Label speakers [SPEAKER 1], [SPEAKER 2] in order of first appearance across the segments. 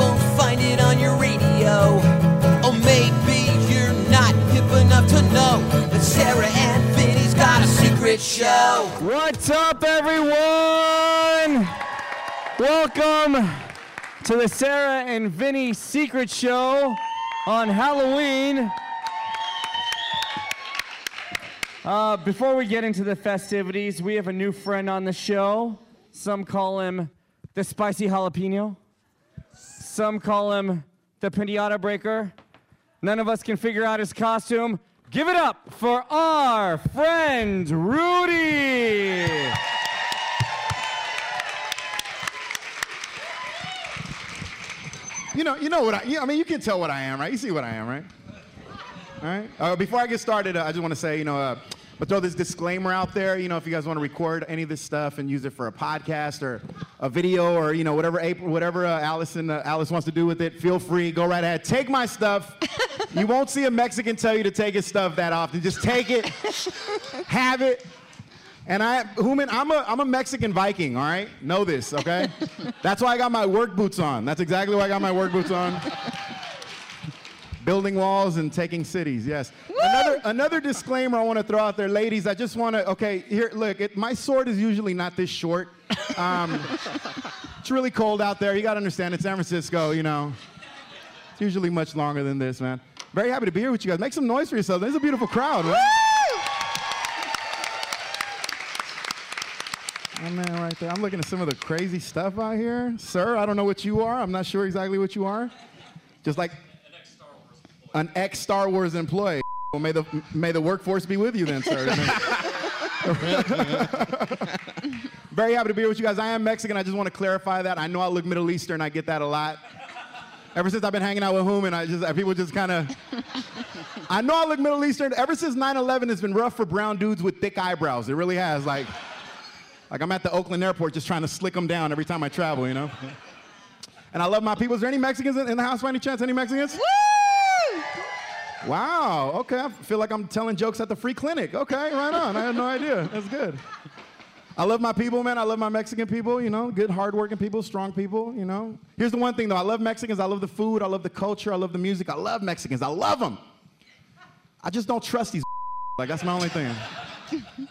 [SPEAKER 1] won't find it on your radio. Or maybe you're not hip enough to know that Sarah and Vinny's got a secret show.
[SPEAKER 2] What's up, everyone? Welcome to the Sarah and Vinny Secret Show on Halloween. Uh, before we get into the festivities, we have a new friend on the show. Some call him the Spicy Jalapeno, some call him the Pinata Breaker. None of us can figure out his costume. Give it up for our friend Rudy.
[SPEAKER 3] You know, you know what I, you, I mean, you can tell what I am, right? You see what I am, right? All right. Uh, before I get started, uh, I just want to say, you know, uh, but throw this disclaimer out there. You know, if you guys want to record any of this stuff and use it for a podcast or a video or you know whatever April, whatever uh, Allison uh, Alice wants to do with it, feel free. Go right ahead. Take my stuff. you won't see a Mexican tell you to take his stuff that often. Just take it, have it. And I, Human, I'm a, I'm a Mexican Viking, all right? Know this, okay? That's why I got my work boots on. That's exactly why I got my work boots on. Building walls and taking cities, yes. Another, another disclaimer I want to throw out there, ladies. I just want to, okay, here, look, it, my sword is usually not this short. Um, it's really cold out there. You got to understand, it's San Francisco, you know. It's usually much longer than this, man. Very happy to be here with you guys. Make some noise for yourselves. This is a beautiful crowd, man. Oh, man, right there. I'm looking at some of the crazy stuff out here. Sir, I don't know what you are. I'm not sure exactly what you are. Just like an ex Star Wars employee. Well, may the may the workforce be with you then, sir. Very happy to be here with you guys. I am Mexican. I just want to clarify that. I know I look Middle Eastern. I get that a lot. Ever since I've been hanging out with whom, and I just people just kind of. I know I look Middle Eastern. Ever since 9/11, it's been rough for brown dudes with thick eyebrows. It really has. Like, like I'm at the Oakland airport just trying to slick them down every time I travel. You know. And I love my people. Is there any Mexicans in in the house by any chance? Any Mexicans? Wow. Okay. I feel like I'm telling jokes at the free clinic. Okay. Right on. I had no idea. That's good. I love my people, man. I love my Mexican people, you know, good, hardworking people, strong people, you know. Here's the one thing, though I love Mexicans. I love the food. I love the culture. I love the music. I love Mexicans. I love them. I just don't trust these. Like, that's my only thing.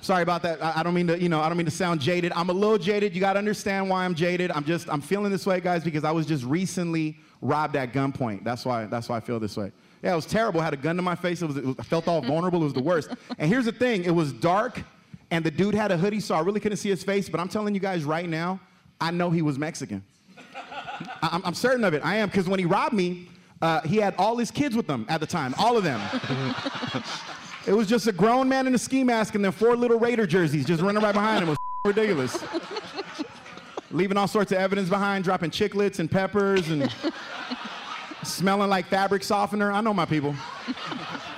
[SPEAKER 3] Sorry about that. I, I don't mean to, you know, I don't mean to sound jaded. I'm a little jaded. You got to understand why I'm jaded. I'm just, I'm feeling this way, guys, because I was just recently robbed at gunpoint. That's why, that's why I feel this way. Yeah, it was terrible. I had a gun to my face. It was, it was, I felt all vulnerable. It was the worst. And here's the thing. It was dark, and the dude had a hoodie, so I really couldn't see his face. But I'm telling you guys right now, I know he was Mexican. I- I'm, I'm certain of it. I am, because when he robbed me, uh, he had all his kids with him at the time, all of them. It was just a grown man in a ski mask and then four little Raider jerseys just running right behind him. It was ridiculous. Leaving all sorts of evidence behind, dropping chiclets and peppers and smelling like fabric softener. I know my people.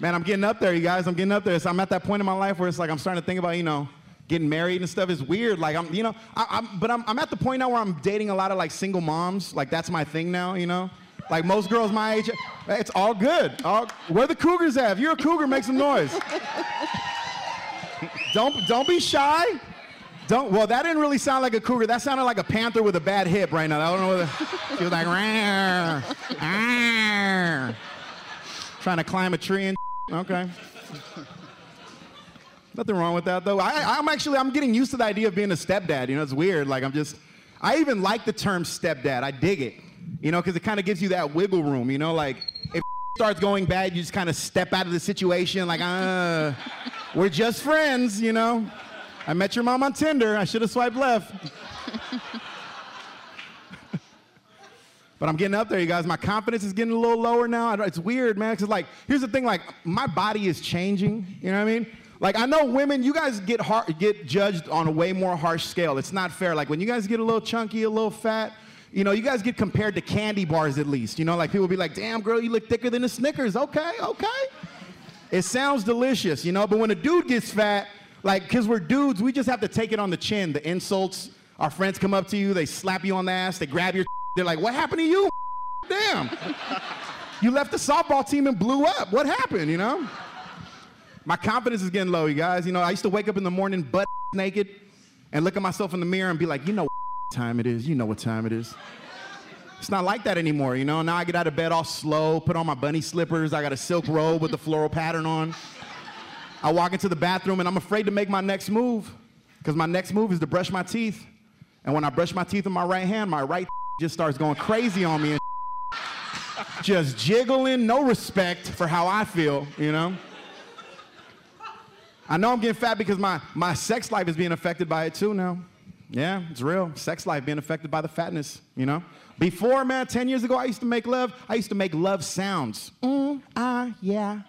[SPEAKER 3] Man, I'm getting up there, you guys. I'm getting up there. So I'm at that point in my life where it's like I'm starting to think about, you know, getting married and stuff. It's weird. Like I'm, you know, I, I'm, but I'm, I'm at the point now where I'm dating a lot of like single moms. Like that's my thing now, you know. Like most girls my age, it's all good. All, where the cougars at? If you're a cougar, make some noise. don't don't be shy. Don't. Well, that didn't really sound like a cougar. That sounded like a panther with a bad hip right now. I don't know. Whether, she was like, "Rawr, rawr," trying to climb a tree and. Okay. Nothing wrong with that though. I, I'm actually I'm getting used to the idea of being a stepdad. You know, it's weird. Like I'm just, I even like the term stepdad. I dig it. You know, because it kind of gives you that wiggle room. You know, like if starts going bad, you just kind of step out of the situation like, uh, we're just friends, you know? I met your mom on Tinder. I should have swiped left. But I'm getting up there, you guys. My confidence is getting a little lower now. I don't- It's weird, man. Cause like, here's the thing: like, my body is changing. You know what I mean? Like, I know women, you guys get har get judged on a way more harsh scale. It's not fair. Like, when you guys get a little chunky, a little fat, you know, you guys get compared to candy bars at least. You know, like people be like, "Damn, girl, you look thicker than a Snickers." Okay, okay. It sounds delicious, you know, but when a dude gets fat, like, because we're dudes, we just have to take it on the chin. The insults, our friends come up to you, they slap you on the ass, they grab your, they're like, what happened to you? Damn. you left the softball team and blew up. What happened, you know? My confidence is getting low, you guys. You know, I used to wake up in the morning butt naked and look at myself in the mirror and be like, you know what time it is, you know what time it is. It's not like that anymore, you know? Now I get out of bed all slow, put on my bunny slippers, I got a silk robe with the floral pattern on. I walk into the bathroom and I'm afraid to make my next move because my next move is to brush my teeth. And when I brush my teeth with my right hand, my right just starts going crazy on me and just jiggling, no respect for how I feel, you know? I know I'm getting fat because my, my sex life is being affected by it too now. Yeah, it's real. Sex life being affected by the fatness, you know? Before, man, 10 years ago, I used to make love. I used to make love sounds. Mm, ah, yeah.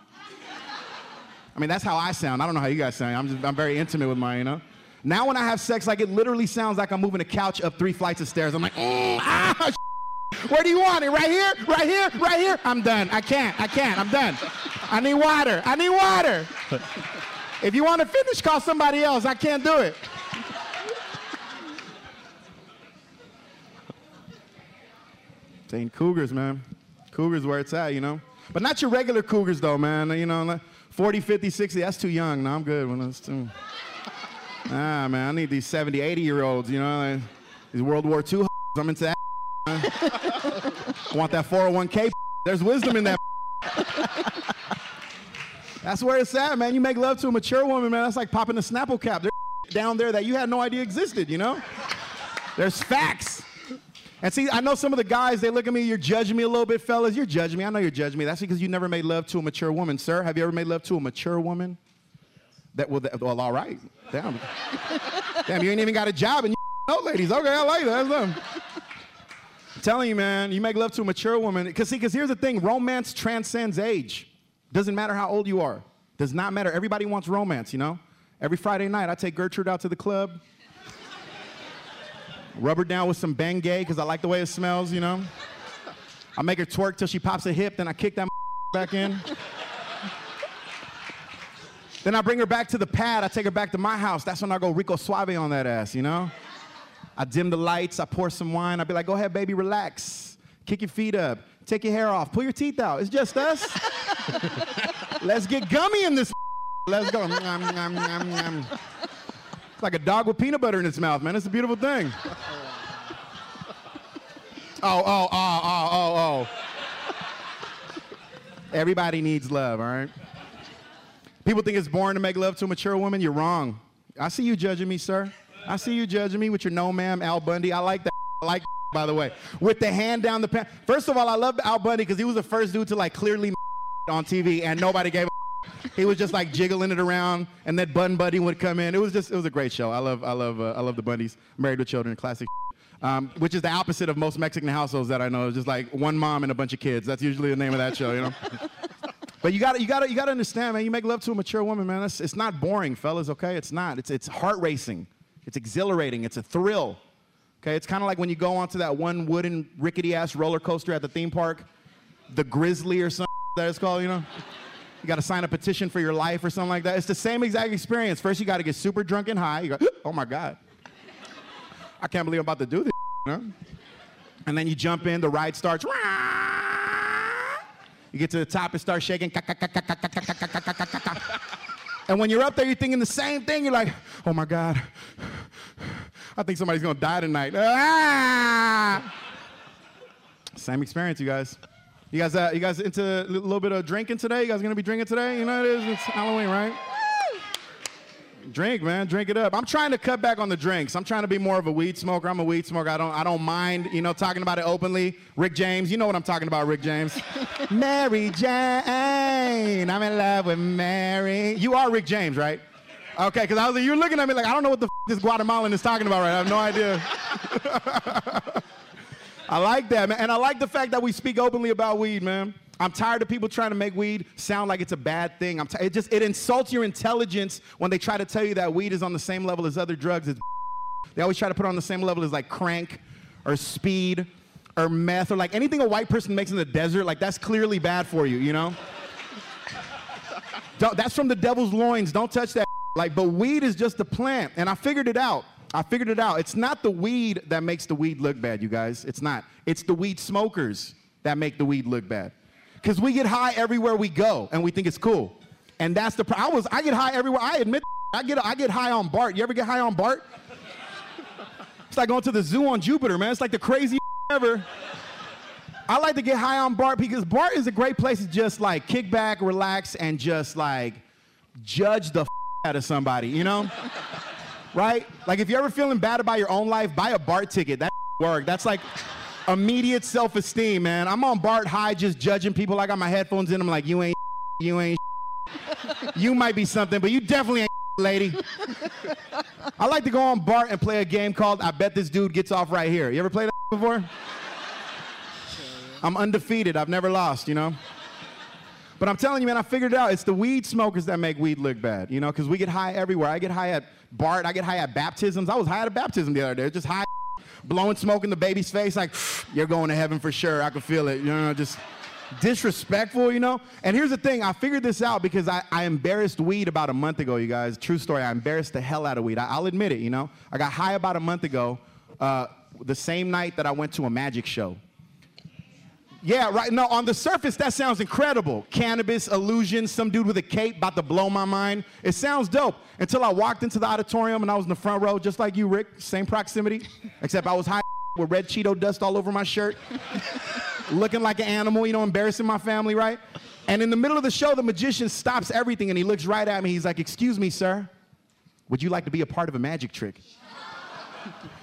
[SPEAKER 3] I mean, that's how I sound. I don't know how you guys sound. I'm, just, I'm very intimate with mine, you know? Now when I have sex, like, it literally sounds like I'm moving a couch up three flights of stairs. I'm like, mm, ah, where do you want it? Right here? Right here? Right here? I'm done. I can't. I can't. I'm done. I need water. I need water. If you want to finish, call somebody else. I can't do it. Dang Cougars, man. Cougars where it's at, you know? But not your regular Cougars, though, man. You know, like 40, 50, 60, that's too young. No, I'm good when that's too. Nah, man, I need these 70, 80 year olds, you know? Like, these World War II, I'm into that. man. I want that 401k. There's wisdom in that. That's where it's at, man. You make love to a mature woman, man. That's like popping a Snapple cap. There's down there that you had no idea existed, you know? There's facts. And see, I know some of the guys, they look at me, you're judging me a little bit, fellas. You're judging me. I know you're judging me. That's because you never made love to a mature woman, sir. Have you ever made love to a mature woman? That well, that, well all right. Damn. Damn, you ain't even got a job and you know ladies. Okay, I like that. That's them. I'm telling you, man, you make love to a mature woman. Because see, because here's the thing: romance transcends age. Doesn't matter how old you are. Does not matter. Everybody wants romance, you know. Every Friday night, I take Gertrude out to the club. Rub her down with some Bengay because I like the way it smells, you know. I make her twerk till she pops a hip, then I kick that back in. then I bring her back to the pad. I take her back to my house. That's when I go Rico Suave on that ass, you know. I dim the lights, I pour some wine, I'd be like, go ahead, baby, relax. Kick your feet up, take your hair off, pull your teeth out. It's just us. Let's get gummy in this. Let's go. Nom, nom, nom, nom. It's like a dog with peanut butter in its mouth, man. It's a beautiful thing. Oh, oh, oh, oh, oh, oh. Everybody needs love, all right? People think it's boring to make love to a mature woman. You're wrong. I see you judging me, sir. I see you judging me with your no, ma'am, Al Bundy. I like that. I like that, by the way. With the hand down the pan. First of all, I love Al Bundy because he was the first dude to like clearly on TV and nobody gave a He was just like jiggling it around and that Bun Buddy would come in. It was just, it was a great show. I love, I love, uh, I love the Bundys. Married with Children, classic um, which is the opposite of most Mexican households that I know. It's just like one mom and a bunch of kids. That's usually the name of that show, you know? But you gotta, you gotta, you gotta understand, man. You make love to a mature woman, man. That's, it's not boring, fellas. Okay, it's not. It's, it's heart racing. It's exhilarating. It's a thrill. Okay, it's kind of like when you go onto that one wooden rickety ass roller coaster at the theme park, the Grizzly or something that it's called. You know, you gotta sign a petition for your life or something like that. It's the same exact experience. First, you gotta get super drunk and high. You go, oh my god, I can't believe I'm about to do this. You know? And then you jump in. The ride starts. You get to the top, it starts shaking. And when you're up there, you're thinking the same thing. You're like, oh my God, I think somebody's gonna die tonight. Ah! Same experience, you guys. You guys, uh, you guys into a little bit of drinking today? You guys gonna be drinking today? You know it is. It's Halloween, right? Drink, man, drink it up. I'm trying to cut back on the drinks. I'm trying to be more of a weed smoker. I'm a weed smoker. I don't, I don't mind, you know, talking about it openly. Rick James, you know what I'm talking about, Rick James. Mary Jane, I'm in love with Mary. You are Rick James, right? Okay, because I was like, you're looking at me like I don't know what the f- this Guatemalan is talking about right. now. I have no idea. I like that, man. And I like the fact that we speak openly about weed, man. I'm tired of people trying to make weed sound like it's a bad thing. I'm ti- it just it insults your intelligence when they try to tell you that weed is on the same level as other drugs. It's they always try to put it on the same level as like crank or speed or meth or like anything a white person makes in the desert. Like that's clearly bad for you, you know? Don't- that's from the devil's loins. Don't touch that. Like, but weed is just a plant. And I figured it out. I figured it out. It's not the weed that makes the weed look bad, you guys. It's not. It's the weed smokers that make the weed look bad. Because we get high everywhere we go and we think it's cool. And that's the problem. I was I get high everywhere. I admit I get I get high on Bart. You ever get high on Bart? It's like going to the zoo on Jupiter, man. It's like the craziest ever. I like to get high on Bart because Bart is a great place to just like kick back, relax, and just like judge the f- out of somebody, you know? right? Like if you're ever feeling bad about your own life, buy a Bart ticket. That work. That's like immediate self-esteem, man. I'm on Bart high just judging people. I got my headphones in. I'm like, you ain't, you ain't, you might be something, but you definitely ain't, lady. I like to go on Bart and play a game called I Bet This Dude Gets Off Right Here. You ever played that before? I'm undefeated. I've never lost, you know? But I'm telling you, man, I figured it out. It's the weed smokers that make weed look bad, you know, because we get high everywhere. I get high at Bart, I get high at baptisms. I was high at a baptism the other day, just high, blowing smoke in the baby's face, like, you're going to heaven for sure. I could feel it, you know, just disrespectful, you know? And here's the thing I figured this out because I, I embarrassed weed about a month ago, you guys. True story, I embarrassed the hell out of weed. I, I'll admit it, you know? I got high about a month ago, uh, the same night that I went to a magic show. Yeah, right. No, on the surface, that sounds incredible. Cannabis, illusions, some dude with a cape about to blow my mind. It sounds dope until I walked into the auditorium and I was in the front row, just like you, Rick, same proximity, except I was high with red Cheeto dust all over my shirt, looking like an animal, you know, embarrassing my family, right? And in the middle of the show, the magician stops everything and he looks right at me. He's like, Excuse me, sir, would you like to be a part of a magic trick?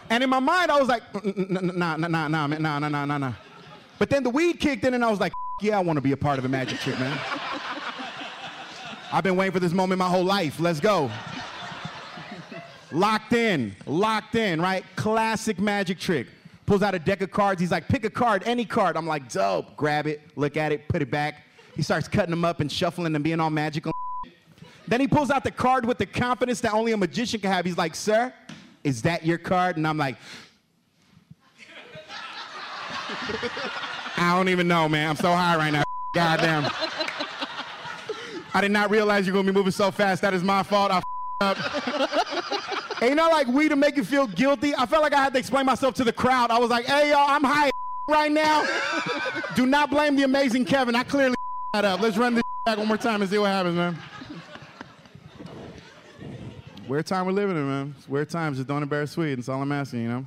[SPEAKER 3] And in my mind, I was like, "Mm, mm, mm, nah, nah, nah, nah, man, nah, nah, nah, nah, nah. But then the weed kicked in, and I was like, yeah, I want to be a part of a magic trick, man. I've been waiting for this moment my whole life. Let's go. Locked in, locked in, right? Classic magic trick. Pulls out a deck of cards. He's like, pick a card, any card. I'm like, dope. Grab it, look at it, put it back. He starts cutting them up and shuffling and being all magical. Then he pulls out the card with the confidence that only a magician can have. He's like, sir, is that your card? And I'm like, I don't even know, man. I'm so high right now. Goddamn. I did not realize you're gonna be moving so fast. That is my fault. I up. Ain't not like we to make you feel guilty. I felt like I had to explain myself to the crowd. I was like, hey y'all, I'm high right now. Do not blame the amazing Kevin. I clearly that up. Let's run this back one more time and see what happens, man. Weird time we're living in, man. It's weird times. Just don't embarrass Sweden. That's all I'm asking, you know.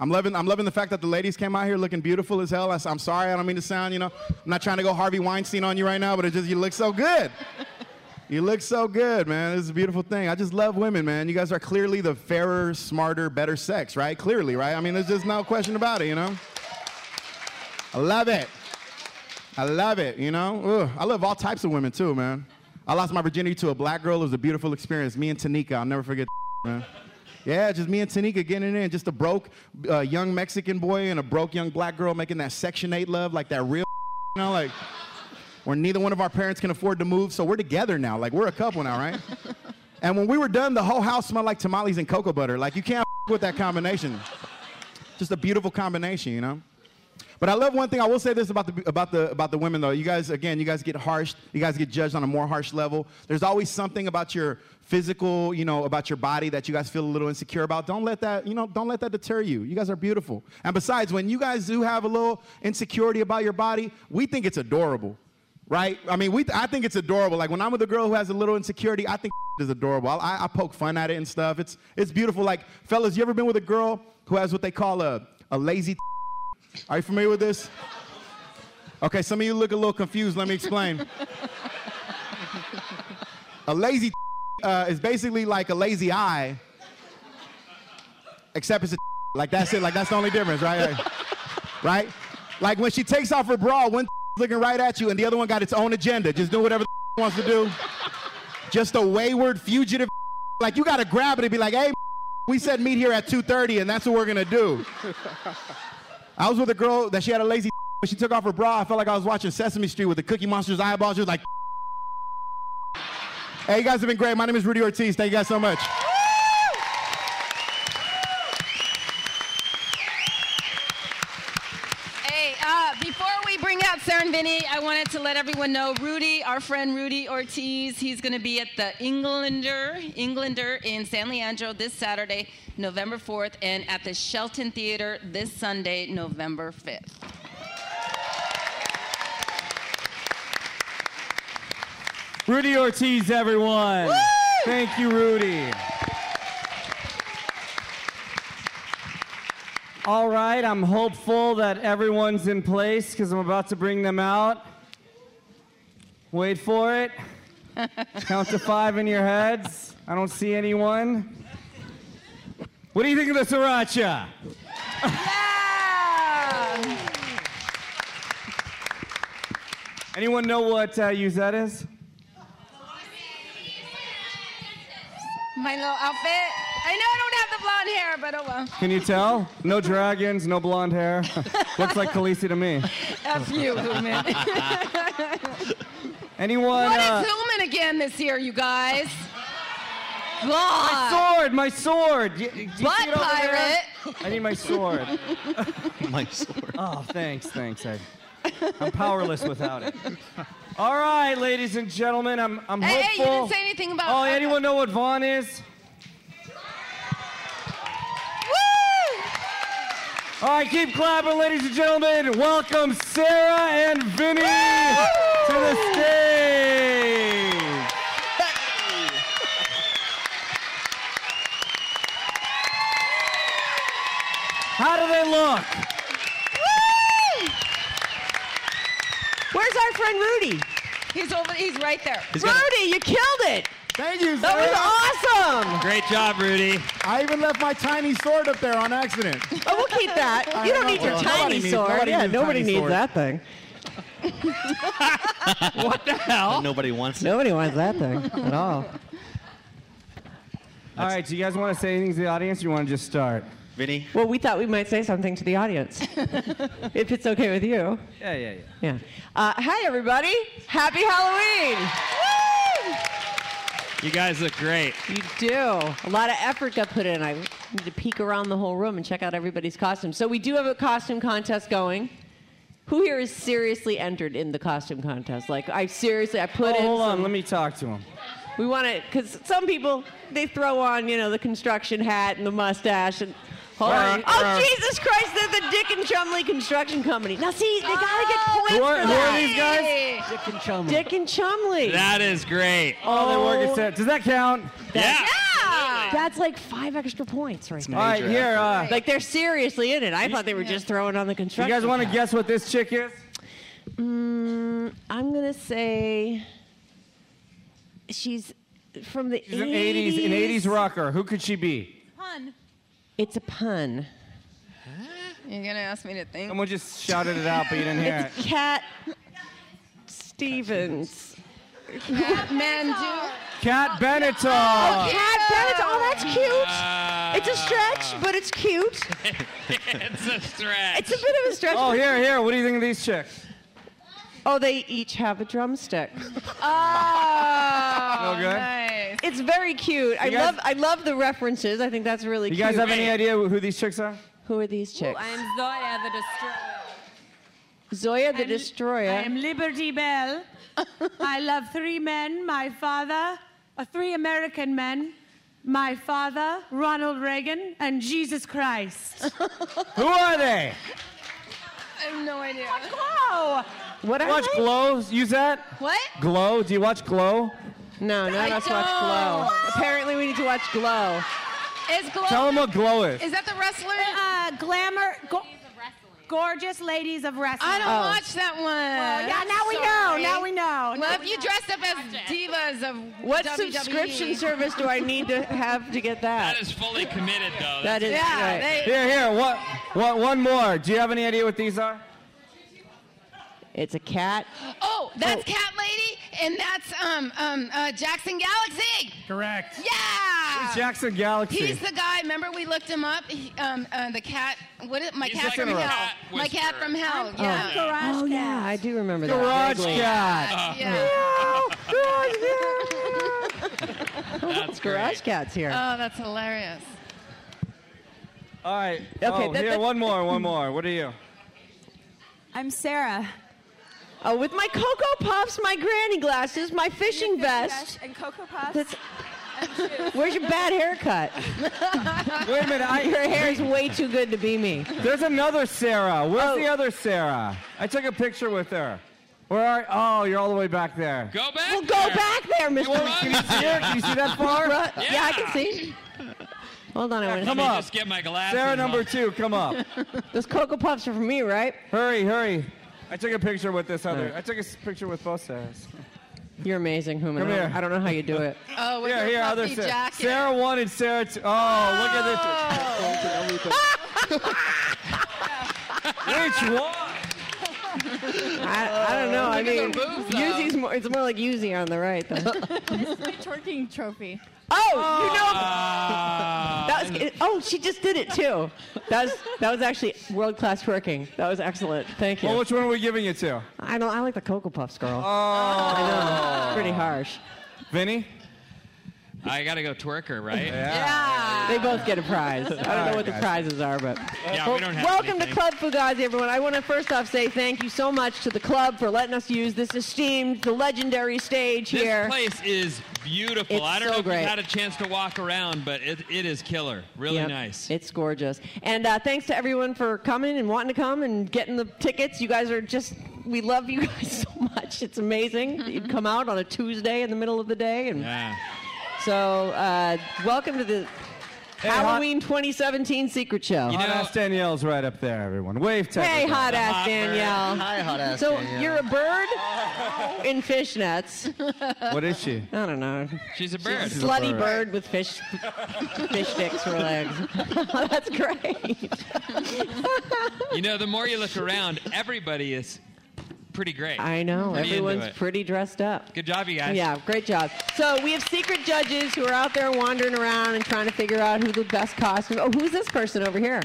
[SPEAKER 3] I'm loving, I'm loving the fact that the ladies came out here looking beautiful as hell. I, am sorry, I don't mean to sound, you know, I'm not trying to go Harvey Weinstein on you right now, but it just, you look so good. you look so good, man. This is a beautiful thing. I just love women, man. You guys are clearly the fairer, smarter, better sex, right? Clearly, right? I mean, there's just no question about it, you know? I love it. I love it, you know? Ugh, I love all types of women too, man. I lost my virginity to a black girl. It was a beautiful experience. Me and Tanika, I'll never forget, man. Yeah, just me and Tanika getting it in. Just a broke uh, young Mexican boy and a broke young black girl making that Section 8 love, like that real, you know, like where neither one of our parents can afford to move. So we're together now. Like we're a couple now, right? and when we were done, the whole house smelled like tamales and cocoa butter. Like you can't with that combination. Just a beautiful combination, you know? But I love one thing. I will say this about the about the about the women though. You guys, again, you guys get harsh. You guys get judged on a more harsh level. There's always something about your physical, you know, about your body that you guys feel a little insecure about. Don't let that, you know, don't let that deter you. You guys are beautiful. And besides, when you guys do have a little insecurity about your body, we think it's adorable, right? I mean, we I think it's adorable. Like when I'm with a girl who has a little insecurity, I think is adorable. I, I poke fun at it and stuff. It's it's beautiful. Like fellas, you ever been with a girl who has what they call a a lazy are you familiar with this? Okay, some of you look a little confused. Let me explain. a lazy uh, is basically like a lazy eye, except it's a like that's it. Like that's the only difference, right? Like, right? Like when she takes off her bra, one looking right at you, and the other one got its own agenda. Just do whatever the wants to do. Just a wayward fugitive. Like you gotta grab it and be like, hey, we said meet here at 2:30, and that's what we're gonna do. I was with a girl that she had a lazy, but she took off her bra. I felt like I was watching Sesame Street with the Cookie Monster's eyeballs. She was like. Hey, you guys have been great. My name is Rudy Ortiz. Thank you guys so much.
[SPEAKER 4] Hey, uh, before we bring out Sarah and Vinny, I wanted to let everyone know Rudy, our friend Rudy Ortiz, he's going to be at the Englander, Englander in San Leandro this Saturday, November 4th, and at the Shelton Theater this Sunday, November 5th.
[SPEAKER 2] Rudy Ortiz, everyone. Thank you, Rudy. All right, I'm hopeful that everyone's in place because I'm about to bring them out. Wait for it. Count to five in your heads. I don't see anyone. What do you think of the sriracha?
[SPEAKER 4] Yeah!
[SPEAKER 2] Anyone know what uh, use that is?
[SPEAKER 4] My little outfit. I know I don't have the blonde hair, but oh well.
[SPEAKER 2] Can you tell? No dragons, no blonde hair. Looks like Khaleesi to me.
[SPEAKER 4] F you, Human.
[SPEAKER 2] Anyone?
[SPEAKER 4] what
[SPEAKER 2] uh,
[SPEAKER 4] is Human again this year, you guys? God.
[SPEAKER 2] sword, my sword. Y- y- you see
[SPEAKER 4] Butt
[SPEAKER 2] it over there?
[SPEAKER 4] pirate.
[SPEAKER 2] I need my sword.
[SPEAKER 5] My sword.
[SPEAKER 2] Oh, thanks, thanks. I, I'm powerless without it. All right, ladies and gentlemen, I'm, I'm
[SPEAKER 4] Hey, hey, you
[SPEAKER 2] hopeful.
[SPEAKER 4] didn't say anything about-
[SPEAKER 2] Oh, anyone know what Vaughn is?
[SPEAKER 4] Woo!
[SPEAKER 2] All right, keep clapping, ladies and gentlemen. Welcome Sarah and Vinny to the stage. How do they look?
[SPEAKER 6] Where's our friend Rudy?
[SPEAKER 4] He's over. He's right there.
[SPEAKER 6] Rudy, you killed it.
[SPEAKER 3] Thank you,
[SPEAKER 6] That was
[SPEAKER 3] Sarah.
[SPEAKER 6] awesome.
[SPEAKER 5] Great job, Rudy.
[SPEAKER 3] I even left my tiny sword up there on accident.
[SPEAKER 6] Oh, we'll keep that. You don't
[SPEAKER 3] know,
[SPEAKER 6] need your
[SPEAKER 3] nobody
[SPEAKER 6] tiny
[SPEAKER 3] needs-
[SPEAKER 6] sword.
[SPEAKER 3] nobody
[SPEAKER 6] yeah,
[SPEAKER 3] needs
[SPEAKER 6] nobody
[SPEAKER 3] tiny
[SPEAKER 6] needs
[SPEAKER 3] sword.
[SPEAKER 6] that thing.
[SPEAKER 5] Nobody wants it.
[SPEAKER 6] Nobody wants that thing at all.
[SPEAKER 2] All right, do you guys want to say anything to the audience or you want to just start?
[SPEAKER 5] Vinny,
[SPEAKER 6] Well, we thought we might say something to the audience, if it's okay with you.
[SPEAKER 2] Yeah, yeah, yeah.
[SPEAKER 6] Yeah. Uh, hi, everybody. Happy Halloween.
[SPEAKER 5] you guys look great.
[SPEAKER 6] You do. A lot of effort got put in. I need to peek around the whole room and check out everybody's costumes. So we do have a costume contest going. Who here is seriously entered in the costume contest? Like, I seriously, I put
[SPEAKER 2] Oh,
[SPEAKER 6] in.
[SPEAKER 2] hold on,
[SPEAKER 6] some-
[SPEAKER 2] let me talk to him.
[SPEAKER 6] We want to, because some people they throw on, you know, the construction hat and the mustache and. Hold
[SPEAKER 2] Uh,
[SPEAKER 6] on. Oh Jesus Christ! They're the Dick and Chumley Construction Company. Now see, they gotta get
[SPEAKER 4] Oh,
[SPEAKER 6] points
[SPEAKER 2] Who are,
[SPEAKER 6] for
[SPEAKER 2] who are
[SPEAKER 6] that.
[SPEAKER 2] these guys?
[SPEAKER 4] Hey.
[SPEAKER 6] Dick and Chumley.
[SPEAKER 5] That is great.
[SPEAKER 2] Oh, they work at set. Does that count?
[SPEAKER 5] yeah.
[SPEAKER 4] Yeah.
[SPEAKER 6] That's like five extra points right there.
[SPEAKER 2] All right, here. Uh,
[SPEAKER 6] Like they're seriously in it. I thought they were just throwing on the
[SPEAKER 2] you
[SPEAKER 6] construction.
[SPEAKER 2] guys want to
[SPEAKER 6] hat.
[SPEAKER 2] guess what this chick is?
[SPEAKER 6] Mm, I'm gonna say she's from the
[SPEAKER 2] She's an 80s, an 80s rocker. Who could she be?
[SPEAKER 6] It's a pun.
[SPEAKER 4] You're gonna ask me to think.
[SPEAKER 2] Someone just shouted it out, but you didn't hear it.
[SPEAKER 6] Cat Stevens.
[SPEAKER 4] Men do.
[SPEAKER 2] Cat Benatar.
[SPEAKER 6] Cat Bennett's. Oh, that's cute. It's a stretch, but it's cute.
[SPEAKER 5] It's a stretch.
[SPEAKER 6] It's a bit of a stretch.
[SPEAKER 2] Oh, here, here. What do you think of these chicks?
[SPEAKER 6] Oh, they each have a drumstick.
[SPEAKER 4] Oh,
[SPEAKER 2] No good?
[SPEAKER 4] nice.
[SPEAKER 6] It's very cute. I
[SPEAKER 2] You guys-
[SPEAKER 6] love. I love the references. I think that's really
[SPEAKER 2] You
[SPEAKER 6] cute.
[SPEAKER 2] guys have any idea who these chicks are?
[SPEAKER 6] Who are these chicks?
[SPEAKER 7] I am Zoya the Destroyer.
[SPEAKER 6] Zoya the Destroyer.
[SPEAKER 7] I am Liberty Bell. I love three men my father, uh, three American men, my father, Ronald Reagan, and Jesus Christ.
[SPEAKER 2] Who are they?
[SPEAKER 4] I have no idea.
[SPEAKER 7] Wow!
[SPEAKER 6] what are
[SPEAKER 2] Watch
[SPEAKER 6] they?
[SPEAKER 2] Glow. Use that.
[SPEAKER 4] What?
[SPEAKER 2] Glow. Oh, Do you watch Glow?
[SPEAKER 6] No, no,
[SPEAKER 4] I
[SPEAKER 6] let's
[SPEAKER 4] don't.
[SPEAKER 6] watch Glow.
[SPEAKER 4] What?
[SPEAKER 6] Apparently, we need to watch Glow.
[SPEAKER 4] Is glow?
[SPEAKER 2] Tell them what Glow is.
[SPEAKER 4] Is that the wrestler?
[SPEAKER 7] Uh, glamour, go- gorgeous ladies of wrestling.
[SPEAKER 4] I don't
[SPEAKER 6] Oh.
[SPEAKER 4] watch that one.
[SPEAKER 7] Oh, yeah,
[SPEAKER 4] I'm
[SPEAKER 7] now we
[SPEAKER 4] sorry.
[SPEAKER 7] know. Now we know.
[SPEAKER 4] Well, if you dressed up as divas, is of E.
[SPEAKER 6] What
[SPEAKER 4] WWE.
[SPEAKER 6] subscription service do I need to have to get that?
[SPEAKER 5] E. That is fully committed, though.
[SPEAKER 6] That is
[SPEAKER 4] Yeah,
[SPEAKER 6] right.
[SPEAKER 4] they-
[SPEAKER 2] Here, here. What? What? One more. Do you have any idea what these are?
[SPEAKER 6] It's a cat.
[SPEAKER 4] Oh, that's Cat Lady, and that's um um uh, Jackson Galaxy.
[SPEAKER 8] Correct.
[SPEAKER 4] Yeah.
[SPEAKER 2] Jackson Galaxy.
[SPEAKER 4] He's the guy. Remember, we looked him up. He, um, uh, the cat. What is my
[SPEAKER 5] He's
[SPEAKER 4] cat
[SPEAKER 5] like
[SPEAKER 4] from
[SPEAKER 5] a
[SPEAKER 4] hell?
[SPEAKER 5] cat
[SPEAKER 4] my cat
[SPEAKER 5] whisperer.
[SPEAKER 4] from hell. Yeah.
[SPEAKER 7] Garage
[SPEAKER 6] oh yeah,
[SPEAKER 7] cat.
[SPEAKER 6] I do remember that.
[SPEAKER 2] Garage
[SPEAKER 6] vaguely.
[SPEAKER 2] Cat.
[SPEAKER 4] yeah.
[SPEAKER 5] That's
[SPEAKER 6] Garage
[SPEAKER 5] great.
[SPEAKER 6] cats here.
[SPEAKER 9] Uh,
[SPEAKER 4] Oh, that's hilarious.
[SPEAKER 2] All right.
[SPEAKER 6] Okay,
[SPEAKER 2] oh,
[SPEAKER 6] that-
[SPEAKER 2] here,
[SPEAKER 6] that-
[SPEAKER 2] one more. One more. What are you?
[SPEAKER 9] I'm Sarah.
[SPEAKER 6] oh, with my cocoa puffs, my granny glasses, my fishing vest.
[SPEAKER 9] And Cocoa Puffs.
[SPEAKER 6] That's-
[SPEAKER 9] and shoes.
[SPEAKER 6] Where's your bad haircut?
[SPEAKER 2] Wait a minute. I,
[SPEAKER 6] Your hair's way too good to be me.
[SPEAKER 2] There's another Sarah. Where's
[SPEAKER 6] Oh.
[SPEAKER 2] the other Sarah? I took a picture with her. Where are? Oh, you're all the way back there.
[SPEAKER 5] Go back.
[SPEAKER 6] Well, go
[SPEAKER 5] there.
[SPEAKER 6] back there, Mr.
[SPEAKER 5] want
[SPEAKER 2] Can you see her? Can you see that far?
[SPEAKER 6] Right.
[SPEAKER 5] Yeah.
[SPEAKER 6] Yeah. I can see. Hold on, I want to
[SPEAKER 5] Let
[SPEAKER 2] Come
[SPEAKER 5] me
[SPEAKER 2] on.
[SPEAKER 5] just get my glasses.
[SPEAKER 2] Sarah number
[SPEAKER 5] off.
[SPEAKER 2] two, come up.
[SPEAKER 6] Those cocoa puffs are for me, right?
[SPEAKER 2] hurry, hurry. I took a picture with this other. I took a s- picture with both Sarahs.
[SPEAKER 6] You're amazing, Human.
[SPEAKER 2] Come
[SPEAKER 6] I, don't,
[SPEAKER 2] here.
[SPEAKER 6] I don't know how you do it.
[SPEAKER 4] Oh, with
[SPEAKER 2] Here,
[SPEAKER 4] her
[SPEAKER 2] here, other
[SPEAKER 4] puffy
[SPEAKER 2] Sarah.
[SPEAKER 4] jacket.
[SPEAKER 2] Sarah one and Sarah two. Oh, look at
[SPEAKER 6] Oh.
[SPEAKER 2] this. Which one?
[SPEAKER 6] I, I don't know. I mean,
[SPEAKER 5] Oh, at their boobs, though.
[SPEAKER 6] Uzi's more, it's more like Uzi on the right, though.
[SPEAKER 9] my twerking trophy.
[SPEAKER 6] Oh, you know.
[SPEAKER 5] Uh,
[SPEAKER 6] That was, oh, she just did it too. That was that was actually world class working. That was excellent. Thank you.
[SPEAKER 2] Well, which one are we giving it to?
[SPEAKER 6] I don't. I like the cocoa puffs, girl. Oh,
[SPEAKER 2] Uh,
[SPEAKER 6] I know. It's pretty harsh.
[SPEAKER 2] Vinny?
[SPEAKER 5] I gotta go twerker, right?
[SPEAKER 6] They both get a prize. I don't know what the prizes are, but
[SPEAKER 5] Yeah, we don't have
[SPEAKER 6] welcome
[SPEAKER 5] anything.
[SPEAKER 6] to Club Fugazi, everyone. I want to first off say thank you so much to the club for letting us use this esteemed, the legendary stage
[SPEAKER 5] This
[SPEAKER 6] here.
[SPEAKER 5] place is beautiful.
[SPEAKER 6] It's
[SPEAKER 5] I don't
[SPEAKER 6] so
[SPEAKER 5] know if
[SPEAKER 6] great.
[SPEAKER 5] you had a chance to walk around, but it, it is killer. Really
[SPEAKER 6] Yep.
[SPEAKER 5] nice.
[SPEAKER 6] It's gorgeous. And uh, thanks to everyone for coming and wanting to come and getting the tickets. You guys are just, we love you guys so much. It's amazing that you'd come out on a Tuesday in the middle of the day. And
[SPEAKER 5] Mm-hmm. yeah.
[SPEAKER 6] so, uh, welcome to the
[SPEAKER 2] hot-
[SPEAKER 6] Halloween 2017 Secret Show.
[SPEAKER 5] You
[SPEAKER 2] Hot
[SPEAKER 5] know-
[SPEAKER 2] ass Danielle's right up there, everyone. Wave to
[SPEAKER 6] Hey,
[SPEAKER 2] everybody.
[SPEAKER 6] hot ass
[SPEAKER 5] hot bird.
[SPEAKER 6] Danielle.
[SPEAKER 8] Hi, hot ass.
[SPEAKER 6] So
[SPEAKER 8] Danielle.
[SPEAKER 6] you're a bird in fishnets.
[SPEAKER 2] What is she?
[SPEAKER 6] I don't know.
[SPEAKER 5] She's a bird.
[SPEAKER 6] Slutty bird with fish fish sticks for legs. Oh, That's great.
[SPEAKER 5] You know, the more you look around, everybody is pretty great.
[SPEAKER 6] I know.
[SPEAKER 5] Pretty into
[SPEAKER 6] Everyone's
[SPEAKER 5] it.
[SPEAKER 6] pretty dressed up.
[SPEAKER 5] Good job, you guys.
[SPEAKER 6] Yeah, great job. So we have secret judges who are out there wandering around and trying to figure out who the best costume. Oh, who's this person over here?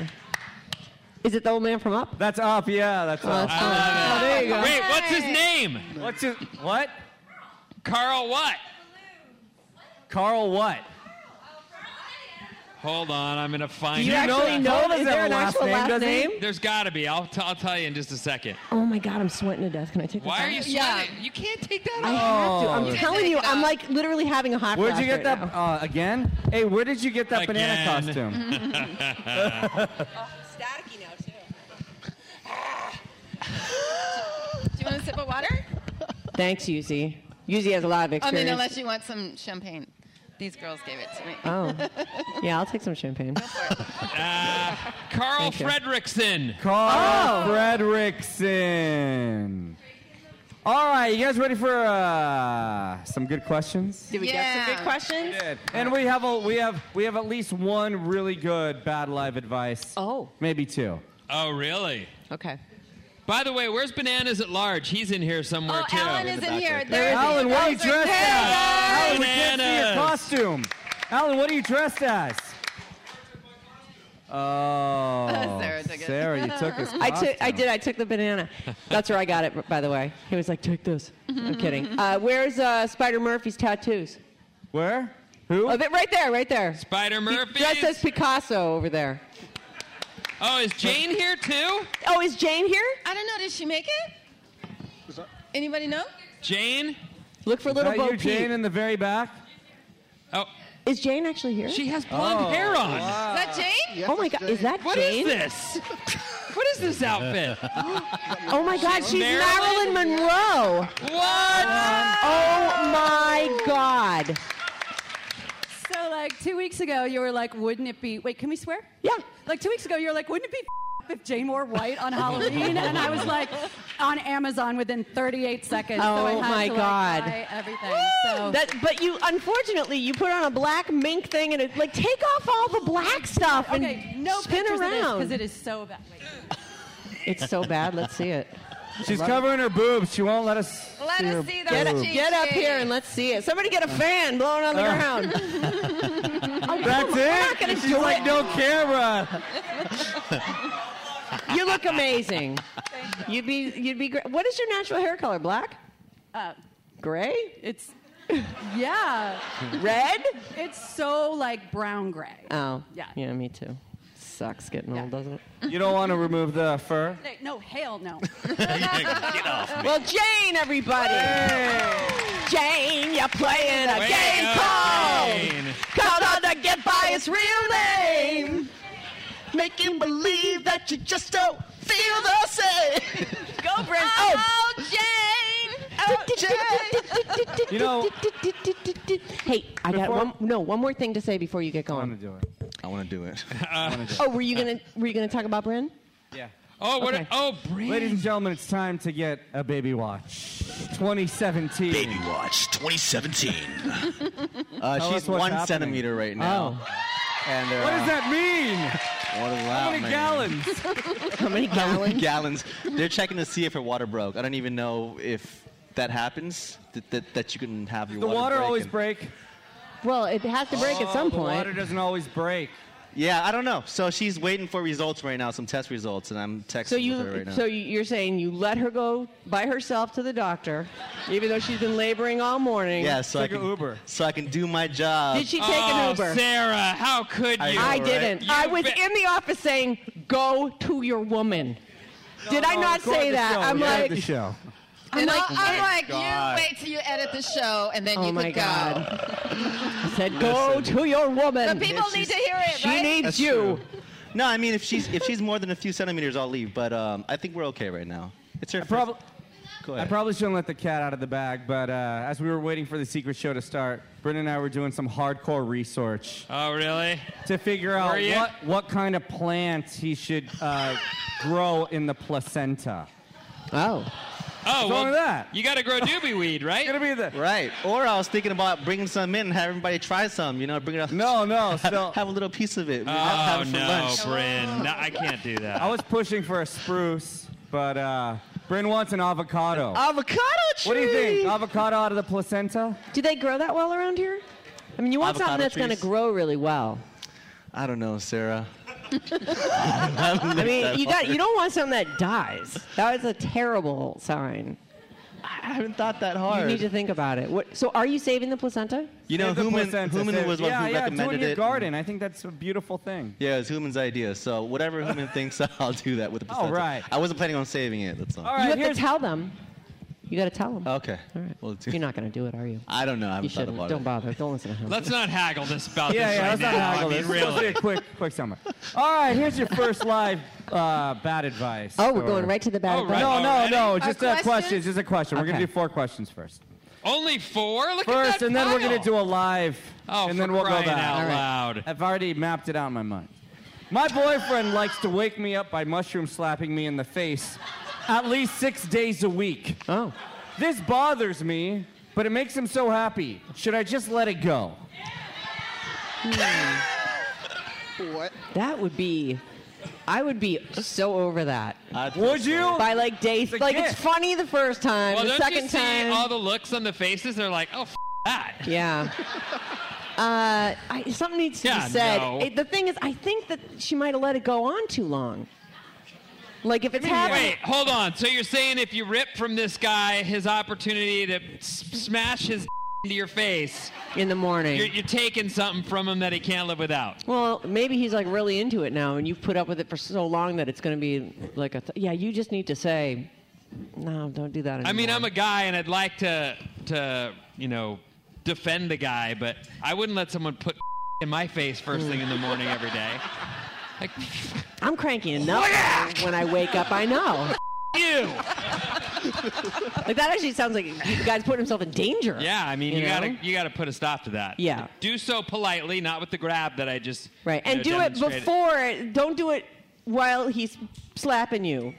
[SPEAKER 6] Is it the old man from Up?
[SPEAKER 2] That's up, yeah, that's
[SPEAKER 6] Oh,
[SPEAKER 2] up.
[SPEAKER 6] that's fun. Oh, there you go.
[SPEAKER 5] Wait, what's his name?
[SPEAKER 2] What's his, what?
[SPEAKER 5] Carl what?
[SPEAKER 2] Carl what?
[SPEAKER 5] Hold on, I'm gonna find
[SPEAKER 6] Do you
[SPEAKER 5] it.
[SPEAKER 6] actually know?
[SPEAKER 2] Cole doesn't
[SPEAKER 6] Is there
[SPEAKER 2] have
[SPEAKER 6] an
[SPEAKER 2] a last
[SPEAKER 6] actual
[SPEAKER 2] name,
[SPEAKER 6] last
[SPEAKER 2] does he?
[SPEAKER 6] name?
[SPEAKER 5] There's gotta be. I'll, t- I'll tell you in just a second.
[SPEAKER 6] Oh my God, I'm sweating to death. Can I take this
[SPEAKER 5] Why
[SPEAKER 6] off?
[SPEAKER 5] are you
[SPEAKER 4] Yeah.
[SPEAKER 5] sweating? You can't take that
[SPEAKER 6] I
[SPEAKER 5] off.
[SPEAKER 6] have to. I'm
[SPEAKER 2] Oh.
[SPEAKER 6] telling you, I'm like literally having a hot
[SPEAKER 2] Where'd
[SPEAKER 6] flash
[SPEAKER 2] you get
[SPEAKER 6] right
[SPEAKER 2] that
[SPEAKER 6] now.
[SPEAKER 2] uh, again? Hey, where did you get that banana
[SPEAKER 5] Again.
[SPEAKER 2] costume?
[SPEAKER 4] Do you want a sip of water?
[SPEAKER 6] Thanks, Yuzi. Yuzi has a lot of
[SPEAKER 4] Oh, I mean,
[SPEAKER 6] experience.
[SPEAKER 4] unless you want some champagne. These girls gave it to me.
[SPEAKER 6] oh, yeah, I'll take some champagne.
[SPEAKER 5] Carl
[SPEAKER 4] Uh,
[SPEAKER 6] Thank you.
[SPEAKER 5] Fredrickson.
[SPEAKER 2] Carl
[SPEAKER 6] Oh.
[SPEAKER 2] Fredrickson. All right, you guys ready for uh, some good questions?
[SPEAKER 6] Did we get some
[SPEAKER 4] Yeah.
[SPEAKER 6] good questions?
[SPEAKER 2] And we have a, we have we have at least one really good bad live advice.
[SPEAKER 6] Oh.
[SPEAKER 2] maybe two.
[SPEAKER 5] Oh, really?
[SPEAKER 6] Okay.
[SPEAKER 5] By the way, where's Bananas at large? He's in here somewhere
[SPEAKER 4] Oh,
[SPEAKER 5] too.
[SPEAKER 4] Alan is in here. There is
[SPEAKER 2] Alan, what are you dressed as? Alan, we can't see your
[SPEAKER 5] Bananas.
[SPEAKER 2] costume. Alan, what are you dressed as? Oh,
[SPEAKER 4] Sarah took it.
[SPEAKER 2] Sarah, you took his.
[SPEAKER 6] I took, I
[SPEAKER 2] costume.
[SPEAKER 6] did. I took the banana. That's where I got it, by the way. He was like, "Take this." I'm kidding. Uh, where's uh, Spider Murphy's tattoos?
[SPEAKER 2] Where? Who?
[SPEAKER 6] Oh, that- right there, right there.
[SPEAKER 5] Spider Murphy.
[SPEAKER 6] Dressed as Picasso over there.
[SPEAKER 5] Oh, is Jane here too?
[SPEAKER 6] Oh, is Jane here?
[SPEAKER 4] I don't know. Did she make it? Anybody know?
[SPEAKER 5] Jane?
[SPEAKER 6] Look for
[SPEAKER 2] Is
[SPEAKER 6] little
[SPEAKER 2] that
[SPEAKER 6] Bo
[SPEAKER 2] you,
[SPEAKER 6] Peep.
[SPEAKER 2] Jane, in the very back?
[SPEAKER 5] Oh,
[SPEAKER 6] Is Jane actually here?
[SPEAKER 5] she has
[SPEAKER 2] Oh.
[SPEAKER 5] blonde hair on.
[SPEAKER 4] Is that Jane?
[SPEAKER 6] oh my God, is that
[SPEAKER 5] What is
[SPEAKER 6] Jane?
[SPEAKER 5] this? what is this outfit?
[SPEAKER 6] Oh my God, she's
[SPEAKER 5] Marilyn?
[SPEAKER 6] Marilyn, Monroe.
[SPEAKER 5] What?
[SPEAKER 6] Oh my God.
[SPEAKER 9] So like two weeks ago, you were like, "Wouldn't it be?" Wait, can we swear?
[SPEAKER 6] Yeah.
[SPEAKER 9] Like two weeks ago, you were like, "Wouldn't it be
[SPEAKER 8] with Jane wore white on Halloween, and I was like on Amazon within 38 seconds. so I
[SPEAKER 6] Oh
[SPEAKER 8] had
[SPEAKER 6] my
[SPEAKER 8] to, like,
[SPEAKER 6] God.
[SPEAKER 8] buy everything. So
[SPEAKER 6] That, but you, unfortunately, you put on a black mink thing and it like take off all the black stuff and
[SPEAKER 8] okay, no
[SPEAKER 6] spin
[SPEAKER 8] because
[SPEAKER 6] around.
[SPEAKER 8] it is so bad. Wait.
[SPEAKER 6] It's so bad. Let's see it.
[SPEAKER 2] She's
[SPEAKER 6] Love
[SPEAKER 2] covering her boobs. She won't let us.
[SPEAKER 6] Let
[SPEAKER 2] see
[SPEAKER 6] us
[SPEAKER 2] her
[SPEAKER 6] see those Get up-
[SPEAKER 2] boobs.
[SPEAKER 6] get up here and let's see it. Somebody get a fan, blow it on the ground.
[SPEAKER 2] That's it.
[SPEAKER 6] Uh. We're not gonna
[SPEAKER 2] She's
[SPEAKER 6] do
[SPEAKER 2] like
[SPEAKER 6] it.
[SPEAKER 2] no camera.
[SPEAKER 6] You look amazing. You'd be, you'd be great. What is your natural hair color? Black?
[SPEAKER 8] Uh,
[SPEAKER 6] Gray?
[SPEAKER 8] It's yeah.
[SPEAKER 6] Red?
[SPEAKER 8] It's so like brown gray.
[SPEAKER 6] Oh.
[SPEAKER 8] Yeah.
[SPEAKER 6] Yeah, me too. Sucks getting old, doesn't it?
[SPEAKER 2] You don't want to remove the fur.
[SPEAKER 8] No, No, hell no.
[SPEAKER 6] Well, Jane, everybody. Jane, you're playing a game called. Called on to get by its real name. Make him believe that you just don't feel the same. Go, Brent. Oh, Jane. Oh, Jane.
[SPEAKER 2] You know-
[SPEAKER 6] Hey, I got
[SPEAKER 10] Before-
[SPEAKER 6] one. No, one more thing to say before you get going.
[SPEAKER 10] I want to do it.
[SPEAKER 6] Oh, were you gonna were you gonna talk about Bryn?
[SPEAKER 2] Yeah.
[SPEAKER 6] Oh, what a- Okay. oh, Bryn.
[SPEAKER 2] Ladies and gentlemen, it's time to get a baby watch. 2017. Baby
[SPEAKER 10] watch 2017.
[SPEAKER 2] Tell
[SPEAKER 10] Uh,
[SPEAKER 2] us
[SPEAKER 10] she's
[SPEAKER 2] what's
[SPEAKER 10] one
[SPEAKER 2] happening. Oh.
[SPEAKER 10] centimeter right now. And uh,
[SPEAKER 2] What does that mean?
[SPEAKER 10] What does that
[SPEAKER 2] How many
[SPEAKER 10] mean?
[SPEAKER 2] gallons?
[SPEAKER 6] How many
[SPEAKER 10] How many
[SPEAKER 6] gallons?
[SPEAKER 10] gallons? They're checking to see if her water broke. I don't even know if that happens. That, that, that you can have your
[SPEAKER 2] The water
[SPEAKER 10] break
[SPEAKER 2] always
[SPEAKER 10] and-
[SPEAKER 2] break.
[SPEAKER 6] Well, it has to break at some
[SPEAKER 10] Oh, the
[SPEAKER 6] point.
[SPEAKER 10] water
[SPEAKER 2] doesn't always break.
[SPEAKER 10] Yeah, I don't know. So she's waiting for results right now, some test results, and I'm texting
[SPEAKER 6] So you
[SPEAKER 10] with her right now.
[SPEAKER 6] so you- you're saying you let her go by herself to the doctor, even though she's been laboring all morning.
[SPEAKER 10] yeah, so I can Uber. So I can do my job.
[SPEAKER 6] Did she take
[SPEAKER 2] Oh,
[SPEAKER 6] an Uber?
[SPEAKER 10] Oh, how could
[SPEAKER 6] I,
[SPEAKER 10] you? Right?
[SPEAKER 6] didn't.
[SPEAKER 10] You
[SPEAKER 6] I was
[SPEAKER 10] be-
[SPEAKER 6] in the office saying, "Go to your woman." Did I
[SPEAKER 10] Oh,
[SPEAKER 2] No,
[SPEAKER 6] not
[SPEAKER 2] record
[SPEAKER 6] say
[SPEAKER 2] the
[SPEAKER 6] that?
[SPEAKER 2] show,
[SPEAKER 6] I'm
[SPEAKER 2] record
[SPEAKER 6] like,
[SPEAKER 2] the show.
[SPEAKER 6] I'm
[SPEAKER 4] And
[SPEAKER 6] like, "Oh
[SPEAKER 4] I'm like,
[SPEAKER 6] God.
[SPEAKER 4] you wait till you edit the show and then
[SPEAKER 6] oh
[SPEAKER 4] you
[SPEAKER 6] my
[SPEAKER 4] could go.
[SPEAKER 6] god! I said, "Go to your woman."
[SPEAKER 4] But people need to hear it,
[SPEAKER 6] She
[SPEAKER 4] right?
[SPEAKER 6] needs
[SPEAKER 10] That's
[SPEAKER 6] you.
[SPEAKER 10] true. No, I mean if she's if she's more than a few centimeters, I'll leave. But um, I think we're okay right now. It's her. Probably. Go
[SPEAKER 2] I
[SPEAKER 10] ahead.
[SPEAKER 2] probably shouldn't let the cat out of the bag, but uh, as we were waiting for the secret show to start, Brendan and I were doing some hardcore research.
[SPEAKER 5] Oh, really?
[SPEAKER 2] to figure
[SPEAKER 5] Were
[SPEAKER 2] out
[SPEAKER 5] you?
[SPEAKER 2] what, what kind of plants he should uh, grow in the placenta.
[SPEAKER 6] Oh.
[SPEAKER 5] Oh,
[SPEAKER 2] What's
[SPEAKER 5] well,
[SPEAKER 2] wrong with that?
[SPEAKER 5] you got to grow doobie weed, right?
[SPEAKER 2] Gonna be the
[SPEAKER 10] right. Or I was thinking about bringing some in and have everybody try some. You know, bring it up.
[SPEAKER 2] No, no.
[SPEAKER 10] Have, have a little piece of it.
[SPEAKER 5] Oh,
[SPEAKER 10] have it for
[SPEAKER 5] no,
[SPEAKER 10] lunch.
[SPEAKER 5] Bryn. No, I can't do that.
[SPEAKER 2] I was pushing for a spruce, but uh, Bryn wants an avocado.
[SPEAKER 10] Oh.
[SPEAKER 6] Avocado tree.
[SPEAKER 2] What do you think? Avocado out of the placenta?
[SPEAKER 6] Do they grow that well around here? I mean, you want something
[SPEAKER 10] Avocado
[SPEAKER 6] that's going to
[SPEAKER 10] trees?
[SPEAKER 6] grow really well.
[SPEAKER 10] I don't know, Sarah.
[SPEAKER 6] I mean, you got you don't want something that dies. That is a terrible sign.
[SPEAKER 10] I haven't thought that
[SPEAKER 6] You
[SPEAKER 10] hard.
[SPEAKER 6] need to think about it. What, so, are you saving the placenta?
[SPEAKER 10] You know,
[SPEAKER 2] Save the
[SPEAKER 10] Human,
[SPEAKER 2] placenta,
[SPEAKER 10] Human
[SPEAKER 2] save-
[SPEAKER 10] was one
[SPEAKER 2] yeah,
[SPEAKER 10] who
[SPEAKER 2] yeah, do it
[SPEAKER 10] recommended
[SPEAKER 2] in your
[SPEAKER 10] it.
[SPEAKER 2] garden. I think that's a beautiful thing.
[SPEAKER 10] Yeah, it's Human's idea. So whatever Human thinks, I'll do that with the
[SPEAKER 2] All
[SPEAKER 10] placenta.
[SPEAKER 2] right.
[SPEAKER 10] I wasn't planning on saving it. That's all.
[SPEAKER 2] All
[SPEAKER 6] you
[SPEAKER 2] right,
[SPEAKER 6] have
[SPEAKER 2] here's
[SPEAKER 6] to tell them. You got to tell them.
[SPEAKER 10] Okay. All right. Well,
[SPEAKER 6] You're not going to do it, are you?
[SPEAKER 10] I don't know. I haven't
[SPEAKER 6] You
[SPEAKER 10] thought
[SPEAKER 6] shouldn't.
[SPEAKER 10] about
[SPEAKER 6] Don't
[SPEAKER 10] it.
[SPEAKER 6] bother. Don't listen to him.
[SPEAKER 5] Let's not haggle this about
[SPEAKER 2] yeah,
[SPEAKER 5] this
[SPEAKER 2] yeah,
[SPEAKER 5] right
[SPEAKER 2] let's
[SPEAKER 5] now.
[SPEAKER 2] not haggle
[SPEAKER 5] I mean,
[SPEAKER 2] this. It's supposed to be
[SPEAKER 5] really.
[SPEAKER 2] a quick, quick summary. All right, here's your first live uh, bad advice.
[SPEAKER 6] Oh, we're
[SPEAKER 2] or-
[SPEAKER 6] going right to the bad advice?
[SPEAKER 2] No, no, no. Just a,
[SPEAKER 5] A
[SPEAKER 2] question.
[SPEAKER 5] question?
[SPEAKER 2] Just a question. We're
[SPEAKER 6] Okay.
[SPEAKER 2] gonna do four questions first.
[SPEAKER 5] Only four? Look at
[SPEAKER 2] First,
[SPEAKER 5] that
[SPEAKER 2] and then we're
[SPEAKER 5] pile.
[SPEAKER 2] gonna do a live.
[SPEAKER 5] Oh,
[SPEAKER 2] and
[SPEAKER 5] for
[SPEAKER 2] then we'll
[SPEAKER 5] crying
[SPEAKER 2] go back.
[SPEAKER 5] out All right. loud.
[SPEAKER 2] I've already mapped it out in my mind. My boyfriend likes to wake me up by mushroom slapping me in the face, at least six days a week.
[SPEAKER 6] Oh.
[SPEAKER 2] This bothers me, but it makes him so happy. Should I just let it go?
[SPEAKER 5] Hmm.
[SPEAKER 10] What?
[SPEAKER 6] That would be. I would be so over that.
[SPEAKER 2] Would you?
[SPEAKER 6] By like day,
[SPEAKER 5] a
[SPEAKER 6] like it's
[SPEAKER 5] gift.
[SPEAKER 6] funny the first time,
[SPEAKER 5] Well,
[SPEAKER 6] the
[SPEAKER 5] don't
[SPEAKER 6] second
[SPEAKER 5] you see
[SPEAKER 6] time.
[SPEAKER 5] all the looks on the faces? They're like, oh, f- that.
[SPEAKER 6] Yeah. Uh, I, something needs to
[SPEAKER 5] Yeah,
[SPEAKER 6] be said.
[SPEAKER 5] no.
[SPEAKER 6] It- the thing is, I think that she might have let it go on too long. Like if it's happening,
[SPEAKER 5] Wait, hold on. So you're saying if you rip from this guy his opportunity to s- smash his into your face
[SPEAKER 6] in the morning.
[SPEAKER 5] you're, you're taking something from him that he can't live without.
[SPEAKER 6] well, maybe he's like really into it now, and you've put up with it for so long that it's going to be like a th- yeah. You just need to say, no, don't do that. Anymore.
[SPEAKER 5] I mean, I'm a guy and I'd like to to you know defend the guy, but I wouldn't let someone put in my face first thing in the morning every day. Like,
[SPEAKER 6] I'm cranky enough when I wake up. I know.
[SPEAKER 5] you.
[SPEAKER 6] Like that actually sounds like the guy's putting himself in danger.
[SPEAKER 5] Yeah, I mean, you,
[SPEAKER 6] know?
[SPEAKER 5] gotta you gotta put a stop to that.
[SPEAKER 6] Yeah.
[SPEAKER 5] Do so politely, not with the grab that I just
[SPEAKER 6] Right,
[SPEAKER 5] you
[SPEAKER 6] and
[SPEAKER 5] know,
[SPEAKER 6] do it
[SPEAKER 5] demonstrated.
[SPEAKER 6] before. Don't do it while he's slapping you.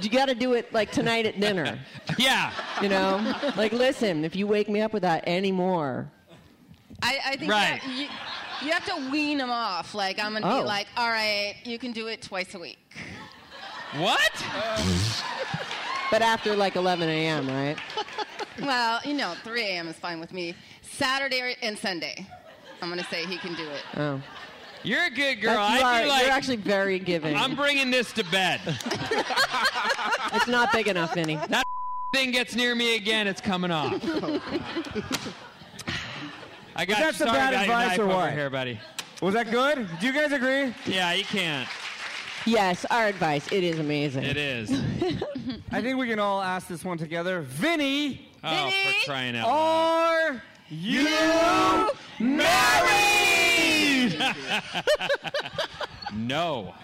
[SPEAKER 6] You got to do it like tonight at dinner.
[SPEAKER 5] yeah.
[SPEAKER 6] You know, like listen, if you wake me up with that anymore,
[SPEAKER 4] I, I think
[SPEAKER 6] Right.
[SPEAKER 4] that you, you have to wean them off. Like, I'm going to
[SPEAKER 6] Oh.
[SPEAKER 4] be like, all right, you can do it twice a week.
[SPEAKER 5] What?
[SPEAKER 6] but after like 11 a.m., right?
[SPEAKER 4] well, you know, 3 a.m. is fine with me. Saturday and Sunday, I'm going to say he can do it.
[SPEAKER 6] Oh.
[SPEAKER 5] You're a good girl.
[SPEAKER 6] That's- you
[SPEAKER 5] I'd be
[SPEAKER 6] are-
[SPEAKER 5] like,
[SPEAKER 6] you're actually very giving.
[SPEAKER 5] I'm bringing this to bed.
[SPEAKER 6] it's not big enough, Vinny.
[SPEAKER 5] That thing gets near me again, it's coming off. I
[SPEAKER 2] Was
[SPEAKER 5] got
[SPEAKER 2] that some
[SPEAKER 5] sorry
[SPEAKER 2] bad
[SPEAKER 5] about your
[SPEAKER 2] advice
[SPEAKER 5] knife
[SPEAKER 2] or
[SPEAKER 5] over
[SPEAKER 2] what?
[SPEAKER 5] here, buddy.
[SPEAKER 2] Was that good? Do you guys agree?
[SPEAKER 5] Yeah, you can't.
[SPEAKER 6] Yes, our advice. It is amazing.
[SPEAKER 5] It is.
[SPEAKER 2] I think we can all ask this one together. Vinny.
[SPEAKER 5] Oh, for crying out
[SPEAKER 2] Are you married?
[SPEAKER 5] no.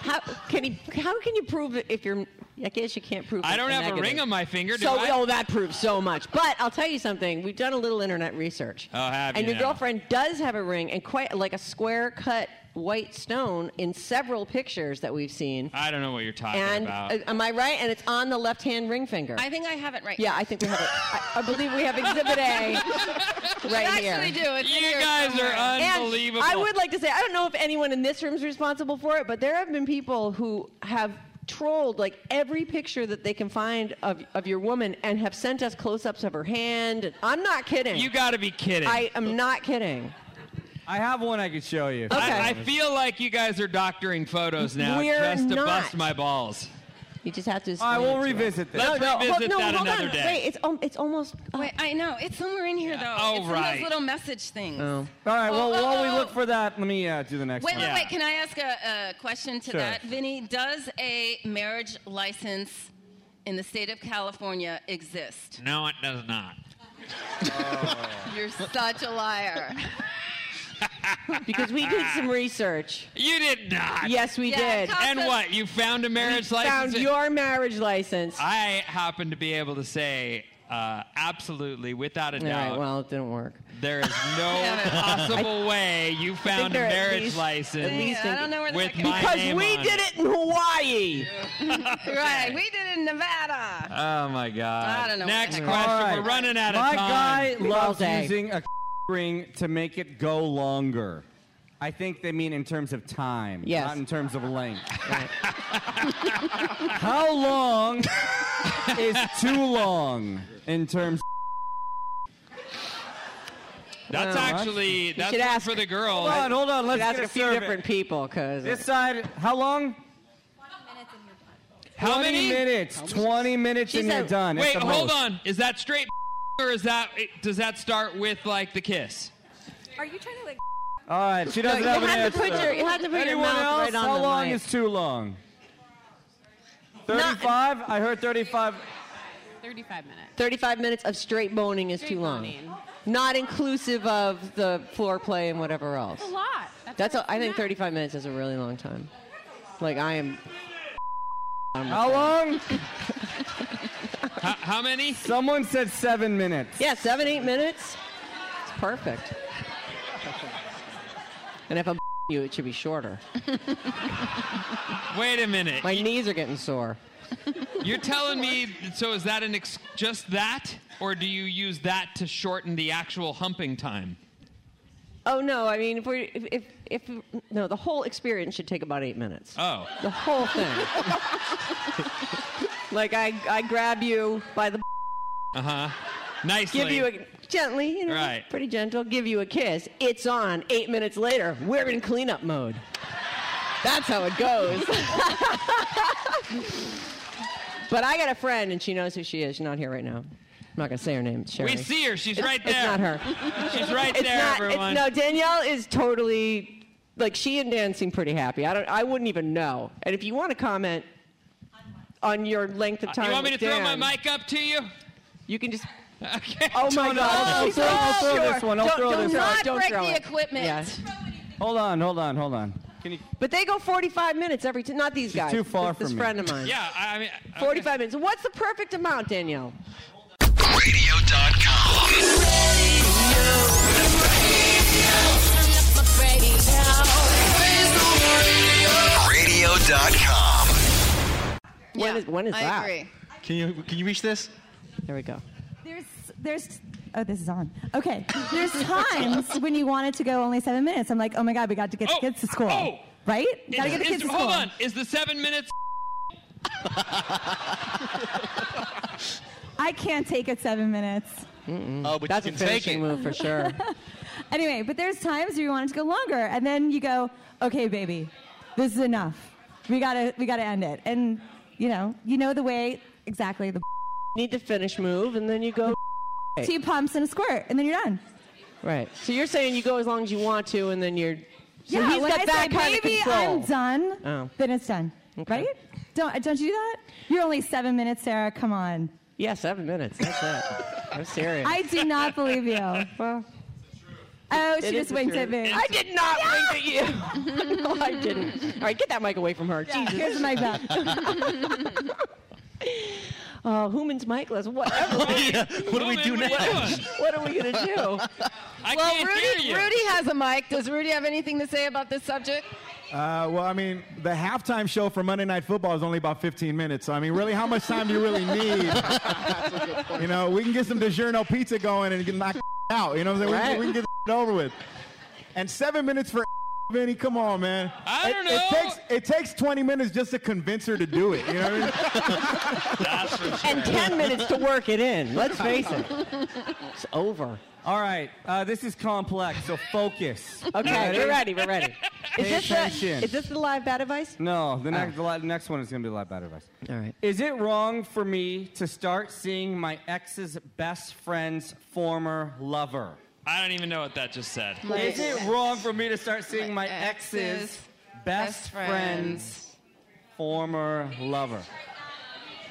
[SPEAKER 6] How can he? How can you prove it if you're? I guess you can't prove.
[SPEAKER 5] I
[SPEAKER 6] it
[SPEAKER 5] don't have a
[SPEAKER 6] negative.
[SPEAKER 5] ring on my finger, do
[SPEAKER 6] so,
[SPEAKER 5] I?
[SPEAKER 6] oh, that proves so much. But I'll tell you something. We've done a little internet research.
[SPEAKER 5] Oh, have
[SPEAKER 6] and
[SPEAKER 5] you
[SPEAKER 6] your
[SPEAKER 5] now?
[SPEAKER 6] girlfriend does have a ring and quite like a square cut white stone in several pictures that we've seen.
[SPEAKER 5] I don't know what you're talking
[SPEAKER 6] And
[SPEAKER 5] about.
[SPEAKER 6] uh, am I right? And it's on the left hand ring finger.
[SPEAKER 4] I think I have it right.
[SPEAKER 6] yeah, I think we have it. I, I believe we have Exhibit A right
[SPEAKER 4] I
[SPEAKER 6] here.
[SPEAKER 4] actually do. It's in
[SPEAKER 5] You
[SPEAKER 4] here
[SPEAKER 5] guys are
[SPEAKER 4] somewhere.
[SPEAKER 6] And I would like to say I don't know if anyone in this room is responsible for it, but there have been people who have trolled like every picture that they can find of, of your woman and have sent us close-ups of her hand. I'm not kidding.
[SPEAKER 5] You got to be kidding.
[SPEAKER 6] I am not kidding.
[SPEAKER 2] I have one I could show you.
[SPEAKER 5] I, I feel like you guys are doctoring photos now
[SPEAKER 6] We're
[SPEAKER 5] just to
[SPEAKER 6] not.
[SPEAKER 5] bust my balls.
[SPEAKER 6] You just have to.
[SPEAKER 2] I will
[SPEAKER 6] explain it to her.
[SPEAKER 2] revisit this.
[SPEAKER 5] Let's
[SPEAKER 6] no,
[SPEAKER 5] revisit
[SPEAKER 6] hold, no,
[SPEAKER 5] that
[SPEAKER 6] hold
[SPEAKER 5] another
[SPEAKER 6] on.
[SPEAKER 5] day.
[SPEAKER 6] Wait, it's um, it's almost.
[SPEAKER 4] Wait, I know. It's somewhere in here, though.
[SPEAKER 2] oh,
[SPEAKER 4] it's in
[SPEAKER 2] right.
[SPEAKER 4] those little message things.
[SPEAKER 2] All right. Well,
[SPEAKER 4] Oh, oh,
[SPEAKER 2] while we
[SPEAKER 4] oh.
[SPEAKER 2] look for that, let me uh, do the next
[SPEAKER 4] Wait,
[SPEAKER 2] one.
[SPEAKER 4] wait, wait. Can I ask a, a question to
[SPEAKER 2] Sure.
[SPEAKER 4] that? Vinny, does a marriage license in the state of California exist?
[SPEAKER 5] No, it does not.
[SPEAKER 4] You're such a liar.
[SPEAKER 6] because we did some research.
[SPEAKER 5] You did not.
[SPEAKER 6] Yes, we
[SPEAKER 4] Yeah,
[SPEAKER 6] did.
[SPEAKER 4] Costa-
[SPEAKER 5] And what? You found a marriage
[SPEAKER 6] Found
[SPEAKER 5] license?
[SPEAKER 6] your marriage license.
[SPEAKER 5] I happen to be able to say, uh, absolutely, without a
[SPEAKER 6] All
[SPEAKER 5] doubt,
[SPEAKER 6] right. Well, it didn't work.
[SPEAKER 5] there is no
[SPEAKER 4] Damn it.
[SPEAKER 5] possible way you found a
[SPEAKER 6] they're at
[SPEAKER 5] marriage
[SPEAKER 6] least-
[SPEAKER 5] license
[SPEAKER 6] at least
[SPEAKER 4] Yeah, I don't know where the
[SPEAKER 5] with
[SPEAKER 4] heck
[SPEAKER 5] my
[SPEAKER 6] Because
[SPEAKER 5] name
[SPEAKER 6] we
[SPEAKER 5] on
[SPEAKER 6] did it in Hawaii.
[SPEAKER 4] Right, we did it in Nevada.
[SPEAKER 5] Oh my God!
[SPEAKER 4] I don't know what the
[SPEAKER 5] Next
[SPEAKER 4] heck-
[SPEAKER 5] question. We're running out of
[SPEAKER 2] My
[SPEAKER 5] time.
[SPEAKER 2] guy
[SPEAKER 6] All
[SPEAKER 2] loves
[SPEAKER 6] day.
[SPEAKER 2] using a ring to make it go longer. I think they mean in terms of time,
[SPEAKER 6] Yes.
[SPEAKER 2] not in terms of length. How long is too long in terms?
[SPEAKER 5] That's
[SPEAKER 6] Well,
[SPEAKER 5] actually that's
[SPEAKER 6] should
[SPEAKER 5] one
[SPEAKER 6] ask-
[SPEAKER 5] for the girl.
[SPEAKER 2] Hold on, hold on. Let's
[SPEAKER 6] ask
[SPEAKER 2] get
[SPEAKER 6] a
[SPEAKER 2] a
[SPEAKER 6] few
[SPEAKER 2] survey.
[SPEAKER 6] different people because
[SPEAKER 2] This side, how long?
[SPEAKER 5] How
[SPEAKER 2] 20
[SPEAKER 5] many?
[SPEAKER 2] minutes. 20 minutes
[SPEAKER 6] She
[SPEAKER 2] and
[SPEAKER 6] said-
[SPEAKER 2] you're done.
[SPEAKER 5] Wait,
[SPEAKER 2] At the
[SPEAKER 5] hold
[SPEAKER 2] most.
[SPEAKER 5] on. Is that straight or is that does that start with like the kiss?
[SPEAKER 9] Are you trying to like?
[SPEAKER 2] All right, she
[SPEAKER 6] No,
[SPEAKER 2] doesn't
[SPEAKER 6] you
[SPEAKER 2] have an
[SPEAKER 6] have
[SPEAKER 2] answer.
[SPEAKER 6] to put your you have to put your
[SPEAKER 2] Anyone
[SPEAKER 6] mouth
[SPEAKER 2] else?
[SPEAKER 6] right on
[SPEAKER 2] How
[SPEAKER 6] the
[SPEAKER 2] long
[SPEAKER 6] mic.
[SPEAKER 2] is too long? 35? I heard 35.
[SPEAKER 9] 35 minutes.
[SPEAKER 6] 35 minutes of straight boning is too long.
[SPEAKER 9] boning.
[SPEAKER 6] Not inclusive of the floor play and whatever else.
[SPEAKER 9] A lot.
[SPEAKER 6] That's a,
[SPEAKER 9] what
[SPEAKER 6] I think
[SPEAKER 9] meant.
[SPEAKER 6] 35 minutes is a really long time. Like I am
[SPEAKER 2] How long?
[SPEAKER 5] How, how many?
[SPEAKER 2] Someone said seven minutes.
[SPEAKER 6] Yeah, 7 8 minutes. It's perfect. And if I'm you it should be shorter.
[SPEAKER 5] Wait a minute.
[SPEAKER 6] My knees are getting sore.
[SPEAKER 5] You're telling me so is that an ex- just that or do you use that to shorten the actual humping time?
[SPEAKER 6] Oh no, I mean if we if if, if no, the whole experience should take about 8 minutes.
[SPEAKER 5] Oh.
[SPEAKER 6] The whole thing. like I I grab you by the
[SPEAKER 5] Uh-huh. Nicely.
[SPEAKER 6] give you a gently, you know,
[SPEAKER 5] Right.
[SPEAKER 6] pretty gentle, give you a kiss. It's on. Eight minutes later, we're in cleanup mode. That's how it goes. but I got a friend, and she knows who she is. She's not here right now. I'm not gonna say her name. It's Sherry.
[SPEAKER 5] we see her. She's right
[SPEAKER 6] It's
[SPEAKER 5] there.
[SPEAKER 6] not her.
[SPEAKER 5] She's right
[SPEAKER 6] it's
[SPEAKER 5] there,
[SPEAKER 6] not.
[SPEAKER 5] everyone.
[SPEAKER 6] It's, no, Danielle is totally like she and Dan seem pretty happy. I don't. I wouldn't even know. And if you want to comment on your length of time,
[SPEAKER 5] Uh, you want me to
[SPEAKER 6] with
[SPEAKER 5] throw
[SPEAKER 6] Dan,
[SPEAKER 5] my mic up to you?
[SPEAKER 6] You can just
[SPEAKER 5] Okay.
[SPEAKER 6] Oh my
[SPEAKER 2] No, no,
[SPEAKER 6] God!
[SPEAKER 2] I'll
[SPEAKER 6] she's
[SPEAKER 2] throw- I'll
[SPEAKER 6] so
[SPEAKER 2] throw
[SPEAKER 6] sure.
[SPEAKER 2] this one, I'll
[SPEAKER 6] don't,
[SPEAKER 2] throw
[SPEAKER 6] don't
[SPEAKER 2] this
[SPEAKER 6] throw
[SPEAKER 4] one.
[SPEAKER 6] it, don't
[SPEAKER 4] Break
[SPEAKER 6] throw
[SPEAKER 4] the
[SPEAKER 6] it.
[SPEAKER 4] equipment.
[SPEAKER 2] Hold on, hold on, hold on. Can you,
[SPEAKER 6] But they go 45 minutes every time. Not these guys.
[SPEAKER 2] too far
[SPEAKER 6] this, this
[SPEAKER 2] from me.
[SPEAKER 6] friend of mine.
[SPEAKER 5] Yeah, I I mean uh, okay.
[SPEAKER 6] 45 minutes. What's the perfect amount, Danielle?
[SPEAKER 1] Radio.
[SPEAKER 6] When is when is
[SPEAKER 11] I
[SPEAKER 6] that?
[SPEAKER 11] agree.
[SPEAKER 10] Can you can you reach this?
[SPEAKER 6] There we go.
[SPEAKER 11] There's there's oh this is on. Okay. There's times when you wanted to go only seven minutes. I'm like, oh my god, we got to get the kids to school.
[SPEAKER 5] oh.
[SPEAKER 11] Right?
[SPEAKER 5] Is-
[SPEAKER 11] Gotta get the
[SPEAKER 5] is-
[SPEAKER 11] kids to school.
[SPEAKER 5] Hold on. Is the seven minutes?
[SPEAKER 11] I can't take it seven minutes.
[SPEAKER 10] Oh, but
[SPEAKER 6] Mm. That's
[SPEAKER 10] you can
[SPEAKER 6] a
[SPEAKER 10] take
[SPEAKER 6] finishing
[SPEAKER 10] it.
[SPEAKER 6] move for sure.
[SPEAKER 11] Anyway, but there's times where you want it to go longer, and then you go, okay, baby, this is enough. We gotta we gotta end it. And you know, you know the way exactly the
[SPEAKER 6] Need to finish move, and then you go.
[SPEAKER 11] two pumps and a squirt, and then you're done.
[SPEAKER 6] Right. So you're saying you go as long as you want to, and then you're. So
[SPEAKER 11] yeah,
[SPEAKER 6] he's
[SPEAKER 11] when
[SPEAKER 6] got
[SPEAKER 11] I
[SPEAKER 6] that
[SPEAKER 11] say,
[SPEAKER 6] kind
[SPEAKER 11] baby,
[SPEAKER 6] of
[SPEAKER 11] I'm
[SPEAKER 6] control.
[SPEAKER 11] done,
[SPEAKER 6] Oh.
[SPEAKER 11] then it's done. Right? Don't don't you do that? You're only seven minutes, Sarah. Come on.
[SPEAKER 6] Yeah, seven minutes. That's it. I'm serious.
[SPEAKER 11] I do not believe you.
[SPEAKER 6] Well,
[SPEAKER 11] oh, she
[SPEAKER 6] It
[SPEAKER 11] just
[SPEAKER 6] is
[SPEAKER 11] winked
[SPEAKER 6] the
[SPEAKER 11] at me.
[SPEAKER 6] truth. I did not wink at you. no, I didn't. All right, get that mic away from her. Jesus.
[SPEAKER 11] Here's my back.
[SPEAKER 6] Oh, Human's micless. Whatever.
[SPEAKER 10] What do we do now?
[SPEAKER 6] what are we gonna do?
[SPEAKER 4] well,
[SPEAKER 6] can't
[SPEAKER 4] Rudy,
[SPEAKER 6] hear you.
[SPEAKER 4] Rudy has a mic. Does Rudy have anything to say about this subject?
[SPEAKER 3] Uh, well, I mean, the halftime show for Monday Night Football is only about 15 minutes. So, I mean, really, how much time do you really need? you know, we can get some DiGiorno pizza going and get knocked out. You know what I'm saying? We,
[SPEAKER 5] Right.
[SPEAKER 3] can, we can get it over with. And seven minutes for Vinny, come on, man.
[SPEAKER 5] I
[SPEAKER 3] It-
[SPEAKER 5] don't
[SPEAKER 3] It,
[SPEAKER 5] know.
[SPEAKER 3] takes, it takes 20 minutes just to convince her to do it. You know what I mean?
[SPEAKER 6] And ten minutes to work it in. Let's face it. It's over.
[SPEAKER 2] All right, uh, this is complex, so focus.
[SPEAKER 6] Okay, we're ready. We're ready.
[SPEAKER 2] Pay
[SPEAKER 6] Is this, the,
[SPEAKER 2] attention.
[SPEAKER 6] is this the live bad advice?
[SPEAKER 2] No, the next, the la- next one is going to be a lot better advice.
[SPEAKER 6] All right.
[SPEAKER 2] Is it wrong for me to start seeing my ex's best friend's former lover?
[SPEAKER 5] I don't even know what that just said.
[SPEAKER 2] Is it wrong for me to start seeing my ex's best friend's former lover?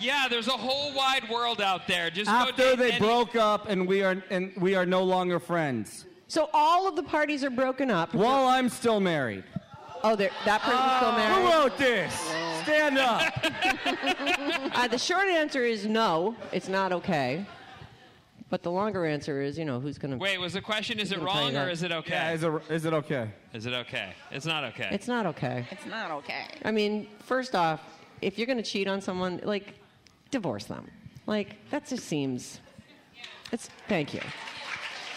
[SPEAKER 5] Yeah, there's a whole wide world out there. Just go
[SPEAKER 2] After
[SPEAKER 5] date
[SPEAKER 2] they
[SPEAKER 5] any-
[SPEAKER 2] broke up and we are and we are no longer friends.
[SPEAKER 6] So all of the parties are broken up.
[SPEAKER 2] While I'm still married.
[SPEAKER 6] Oh, there- that person's still married.
[SPEAKER 2] Ah, Who wrote this? Stand up.
[SPEAKER 6] Uh, the short answer is no. It's not okay. But the longer answer is, you know, who's gonna?
[SPEAKER 5] Wait, was the question is it
[SPEAKER 6] I'll tell you
[SPEAKER 5] wrong or
[SPEAKER 6] that.
[SPEAKER 5] is it okay?
[SPEAKER 2] Yeah, is it, is it okay?
[SPEAKER 5] Is it okay? It's not okay.
[SPEAKER 6] It's not okay.
[SPEAKER 4] It's not okay.
[SPEAKER 6] I mean, first off, if you're gonna cheat on someone, like, divorce them. Like that just seems. It's thank you.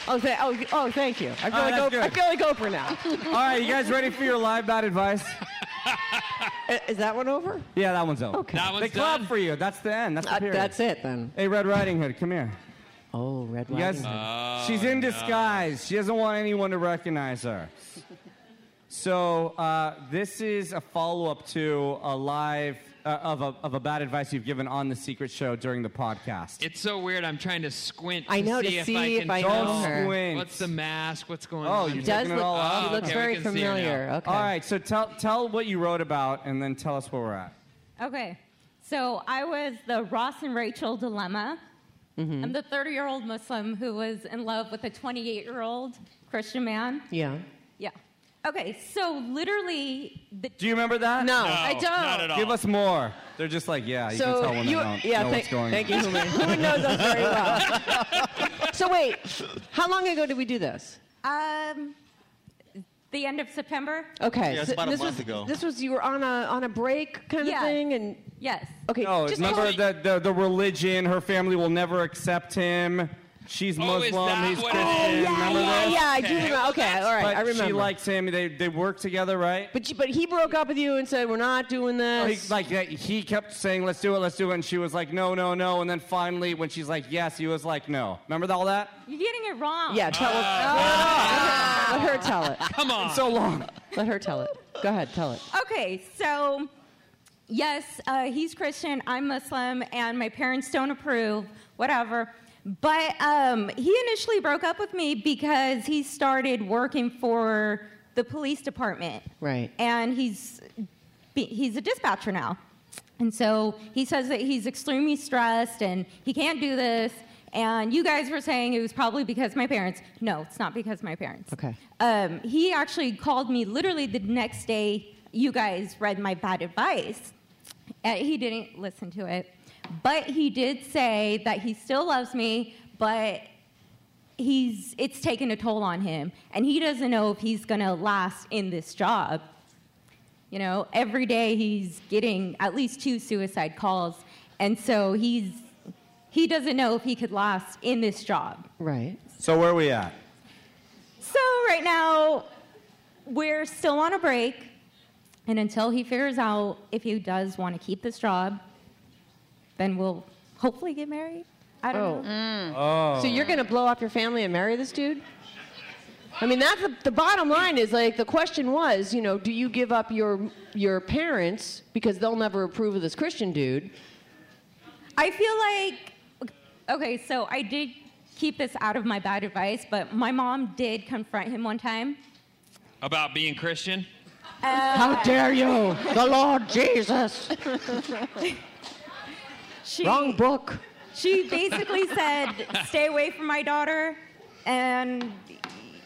[SPEAKER 6] Oh, th- oh, oh, thank you. I feel
[SPEAKER 2] Oh,
[SPEAKER 6] like
[SPEAKER 2] that's
[SPEAKER 6] Oprah, I
[SPEAKER 2] good.
[SPEAKER 6] feel like Oprah now.
[SPEAKER 2] All right, you guys ready for your live bad advice?
[SPEAKER 6] I- Is that one over?
[SPEAKER 2] Yeah, that one's over.
[SPEAKER 6] That one's
[SPEAKER 2] they clap
[SPEAKER 6] done?
[SPEAKER 2] for you. That's the end. That's the
[SPEAKER 6] Uh,
[SPEAKER 2] period.
[SPEAKER 6] that's it then.
[SPEAKER 2] Hey, Red Riding Hood, come here.
[SPEAKER 6] Oh, Red
[SPEAKER 2] You guys-
[SPEAKER 6] Riding Hood.
[SPEAKER 2] she's in
[SPEAKER 6] Oh, no.
[SPEAKER 2] disguise. She doesn't want anyone to recognize her. So uh, this is a follow-up to a live uh, of, a, of a bad advice you've given on the Secret Show during the podcast.
[SPEAKER 5] It's so weird. I'm trying to squint.
[SPEAKER 2] I know, to
[SPEAKER 5] see if
[SPEAKER 2] see
[SPEAKER 5] I
[SPEAKER 2] if
[SPEAKER 5] can
[SPEAKER 2] I
[SPEAKER 5] tell.
[SPEAKER 2] know her. Squint.
[SPEAKER 5] What's the mask? What's going
[SPEAKER 2] Oh,
[SPEAKER 5] on?
[SPEAKER 2] you're taking it all up.
[SPEAKER 5] Oh, okay, we can see her now.
[SPEAKER 2] All right, so tell tell what you wrote about, and then tell us where we're at.
[SPEAKER 12] Okay. So I was the Ross and Rachel dilemma.
[SPEAKER 6] Mm-hmm.
[SPEAKER 2] Mm-hmm.
[SPEAKER 12] I'm the 30 year old Muslim who was in love with a 28 year old Christian man.
[SPEAKER 6] Yeah.
[SPEAKER 12] Yeah. Okay. So literally, the,
[SPEAKER 2] Do you remember that?
[SPEAKER 12] No, No, I don't. not at all.
[SPEAKER 2] Give us more. They're just like, yeah, you
[SPEAKER 6] So
[SPEAKER 2] can tell when
[SPEAKER 6] you-
[SPEAKER 2] they don't
[SPEAKER 6] yeah,
[SPEAKER 2] know
[SPEAKER 6] thank-
[SPEAKER 2] what's going
[SPEAKER 6] thank
[SPEAKER 2] on.
[SPEAKER 6] you, Hooman. Hooman knows us very well. so wait, how long ago did we do this?
[SPEAKER 12] um, the end of September.
[SPEAKER 6] Okay,
[SPEAKER 10] Yeah, it's
[SPEAKER 6] so
[SPEAKER 10] about a
[SPEAKER 6] this
[SPEAKER 10] month
[SPEAKER 6] was,
[SPEAKER 10] ago.
[SPEAKER 6] This was you were on a on a break kind
[SPEAKER 12] Yeah.
[SPEAKER 6] of thing, and
[SPEAKER 12] yes.
[SPEAKER 6] okay,
[SPEAKER 2] No,
[SPEAKER 6] just
[SPEAKER 2] remember the, the the religion. Her family will never accept him. She's Muslim. he's Christian. remember
[SPEAKER 6] Oh, yeah,
[SPEAKER 2] this?
[SPEAKER 6] yeah, I do remember. Okay, all right,
[SPEAKER 2] But
[SPEAKER 6] I remember.
[SPEAKER 2] She likes him. They they work together, right?
[SPEAKER 6] but you, but he broke up with you and said we're not doing
[SPEAKER 2] Oh, He,
[SPEAKER 6] this.
[SPEAKER 2] like that- he kept saying, "Let's do it, let's do it," and she was like, "No, no, no." And then finally, when she's like, "Yes," he was like, "No." Remember all that?
[SPEAKER 12] You're getting it wrong.
[SPEAKER 6] yeah, tell us.
[SPEAKER 10] Ah.
[SPEAKER 6] let her tell it.
[SPEAKER 5] Come on.
[SPEAKER 2] so long.
[SPEAKER 6] Let her tell it. Go ahead, tell it.
[SPEAKER 12] Okay, so yes, uh, he's Christian, I'm Muslim, and my parents don't approve, whatever. But um, he initially broke up with me because he started working for the police department,
[SPEAKER 6] Right.
[SPEAKER 12] and he's be- he's a dispatcher now. And so he says that he's extremely stressed and he can't do this. And you guys were saying it was probably because my parents. No, it's not because my parents.
[SPEAKER 6] Okay.
[SPEAKER 12] Um, he actually called me literally the next day. You guys read my bad advice. Uh, he didn't listen to it, but he did say that he still loves me, but he's it's taken a toll on him, and he doesn't know if he's gonna last in this job. You You know, every day he's getting at least two suicide calls, and so he's he doesn't know if he could last in this job.
[SPEAKER 6] Right.
[SPEAKER 13] So where are we at?
[SPEAKER 12] So right now, we're still on a break, and until he figures out if he does want to keep this job, then we'll hopefully get married. I don't
[SPEAKER 6] Oh.
[SPEAKER 12] know.
[SPEAKER 13] Oh.
[SPEAKER 6] So you're going to blow up your family and marry this dude? I mean, that's the, the bottom line is like the question was, you know, do you give up your your parents because they'll never approve of this Christian dude?
[SPEAKER 12] I feel like okay, so I did keep this out of my bad advice, but my mom did confront him one time.
[SPEAKER 5] About being Christian?
[SPEAKER 12] Uh,
[SPEAKER 6] How dare you? The Lord Jesus.
[SPEAKER 12] She,
[SPEAKER 6] Wrong book.
[SPEAKER 12] She basically said, "Stay away from my daughter," and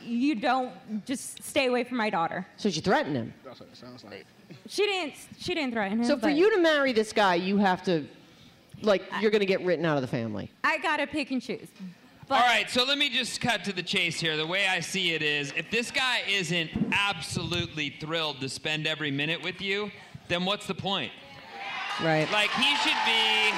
[SPEAKER 12] you don't just stay away from my daughter.
[SPEAKER 6] So she threatened him.
[SPEAKER 12] That's what it sounds like. She didn't. She didn't threaten him.
[SPEAKER 6] So for
[SPEAKER 12] but
[SPEAKER 6] you to marry this guy, you have to like you're going to get written out of the family.
[SPEAKER 12] I gotta pick and choose.
[SPEAKER 5] All right, so let me just cut to the chase here. The way I see it is if this guy isn't absolutely thrilled to spend every minute with you, then what's the point?
[SPEAKER 6] Right.
[SPEAKER 5] Like, he should be.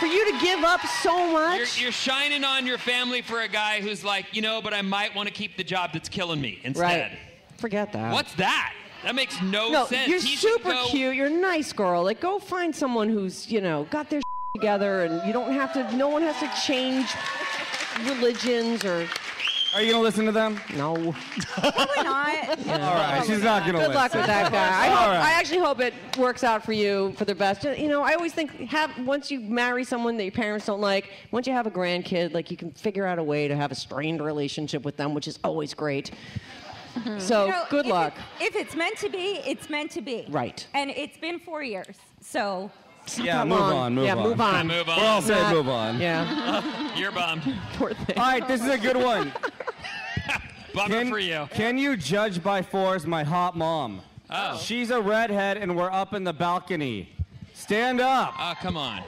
[SPEAKER 6] For you to give up so much.
[SPEAKER 5] You're, you're shining on your family for a guy who's like, you know, but I might want to keep the job that's killing me instead.
[SPEAKER 6] Forget that.
[SPEAKER 5] What's that? That makes no,
[SPEAKER 6] no,
[SPEAKER 5] sense.
[SPEAKER 6] you're
[SPEAKER 5] He should
[SPEAKER 6] super
[SPEAKER 5] go-
[SPEAKER 6] cute. You're a nice girl. Like, go find someone who's, you know, got their together and you don't have to, no one has to change religions or.
[SPEAKER 2] Are you going to listen to them?
[SPEAKER 6] No.
[SPEAKER 12] Probably not.
[SPEAKER 2] All right, she's not going to listen.
[SPEAKER 6] Good luck with that guy. I, hope,
[SPEAKER 2] All right.
[SPEAKER 6] I actually hope it works out for you for the best. You know, I always think have once you marry someone that your parents don't like, once you have a grandkid, like you can figure out a way to have a strained relationship with them, which is always great. Mm-hmm. So
[SPEAKER 12] You know,
[SPEAKER 6] good
[SPEAKER 12] if it-
[SPEAKER 6] luck.
[SPEAKER 12] if it's meant to be, it's meant to be.
[SPEAKER 6] Right.
[SPEAKER 12] And it's been four years, so.
[SPEAKER 2] Yeah, move on, move
[SPEAKER 6] yeah,
[SPEAKER 2] on.
[SPEAKER 6] move on.
[SPEAKER 5] Move on.
[SPEAKER 2] We're all saying move on.
[SPEAKER 6] Yeah.
[SPEAKER 5] You're bummed.
[SPEAKER 2] All right, this is a good one.
[SPEAKER 5] Bummer for you.
[SPEAKER 2] Can you judge by fours my hot mom?
[SPEAKER 5] Oh.
[SPEAKER 2] She's a redhead and we're up in the balcony. Stand up.
[SPEAKER 5] Oh, come on.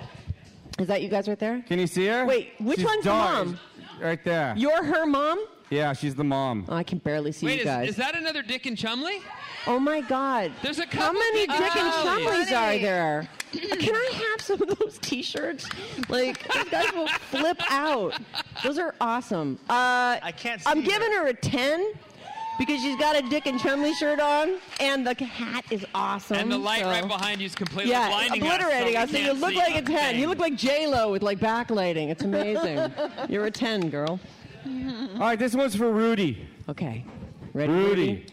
[SPEAKER 6] Is that you guys right there?
[SPEAKER 2] Can you see her?
[SPEAKER 6] Wait, which
[SPEAKER 2] She's
[SPEAKER 6] one's the
[SPEAKER 2] dark.
[SPEAKER 6] mom?
[SPEAKER 2] Right there.
[SPEAKER 6] You're her mom? Oh,
[SPEAKER 2] yeah, she's the mom.
[SPEAKER 6] I can barely see
[SPEAKER 5] Wait,
[SPEAKER 6] you
[SPEAKER 5] is,
[SPEAKER 6] guys.
[SPEAKER 5] is that another Dick and Chumley?
[SPEAKER 6] Oh my God.
[SPEAKER 5] There's a
[SPEAKER 6] How
[SPEAKER 5] couple Oh,
[SPEAKER 6] many
[SPEAKER 5] Dick
[SPEAKER 6] Dick and Chumleys are
[SPEAKER 5] Chumleys.
[SPEAKER 6] there? Can I have some of those T-shirts? Like those guys will flip out. Those are awesome. Uh, I
[SPEAKER 10] can't.
[SPEAKER 6] I'm
[SPEAKER 10] see
[SPEAKER 6] giving her a ten because she's got a Dick and Chumley shirt on, and the hat is awesome.
[SPEAKER 5] And the light
[SPEAKER 6] so-
[SPEAKER 5] right behind you is completely
[SPEAKER 6] yeah,
[SPEAKER 5] blinding us, so
[SPEAKER 6] obliterating
[SPEAKER 5] we
[SPEAKER 6] us. so you
[SPEAKER 5] can't
[SPEAKER 6] look
[SPEAKER 5] see
[SPEAKER 6] like
[SPEAKER 5] a
[SPEAKER 6] a ten. You
[SPEAKER 5] thing.
[SPEAKER 6] look like J Lo with like backlighting. It's amazing. You're a ten, girl.
[SPEAKER 2] All right, this one's for Rudy.
[SPEAKER 6] Okay.
[SPEAKER 2] Rudy.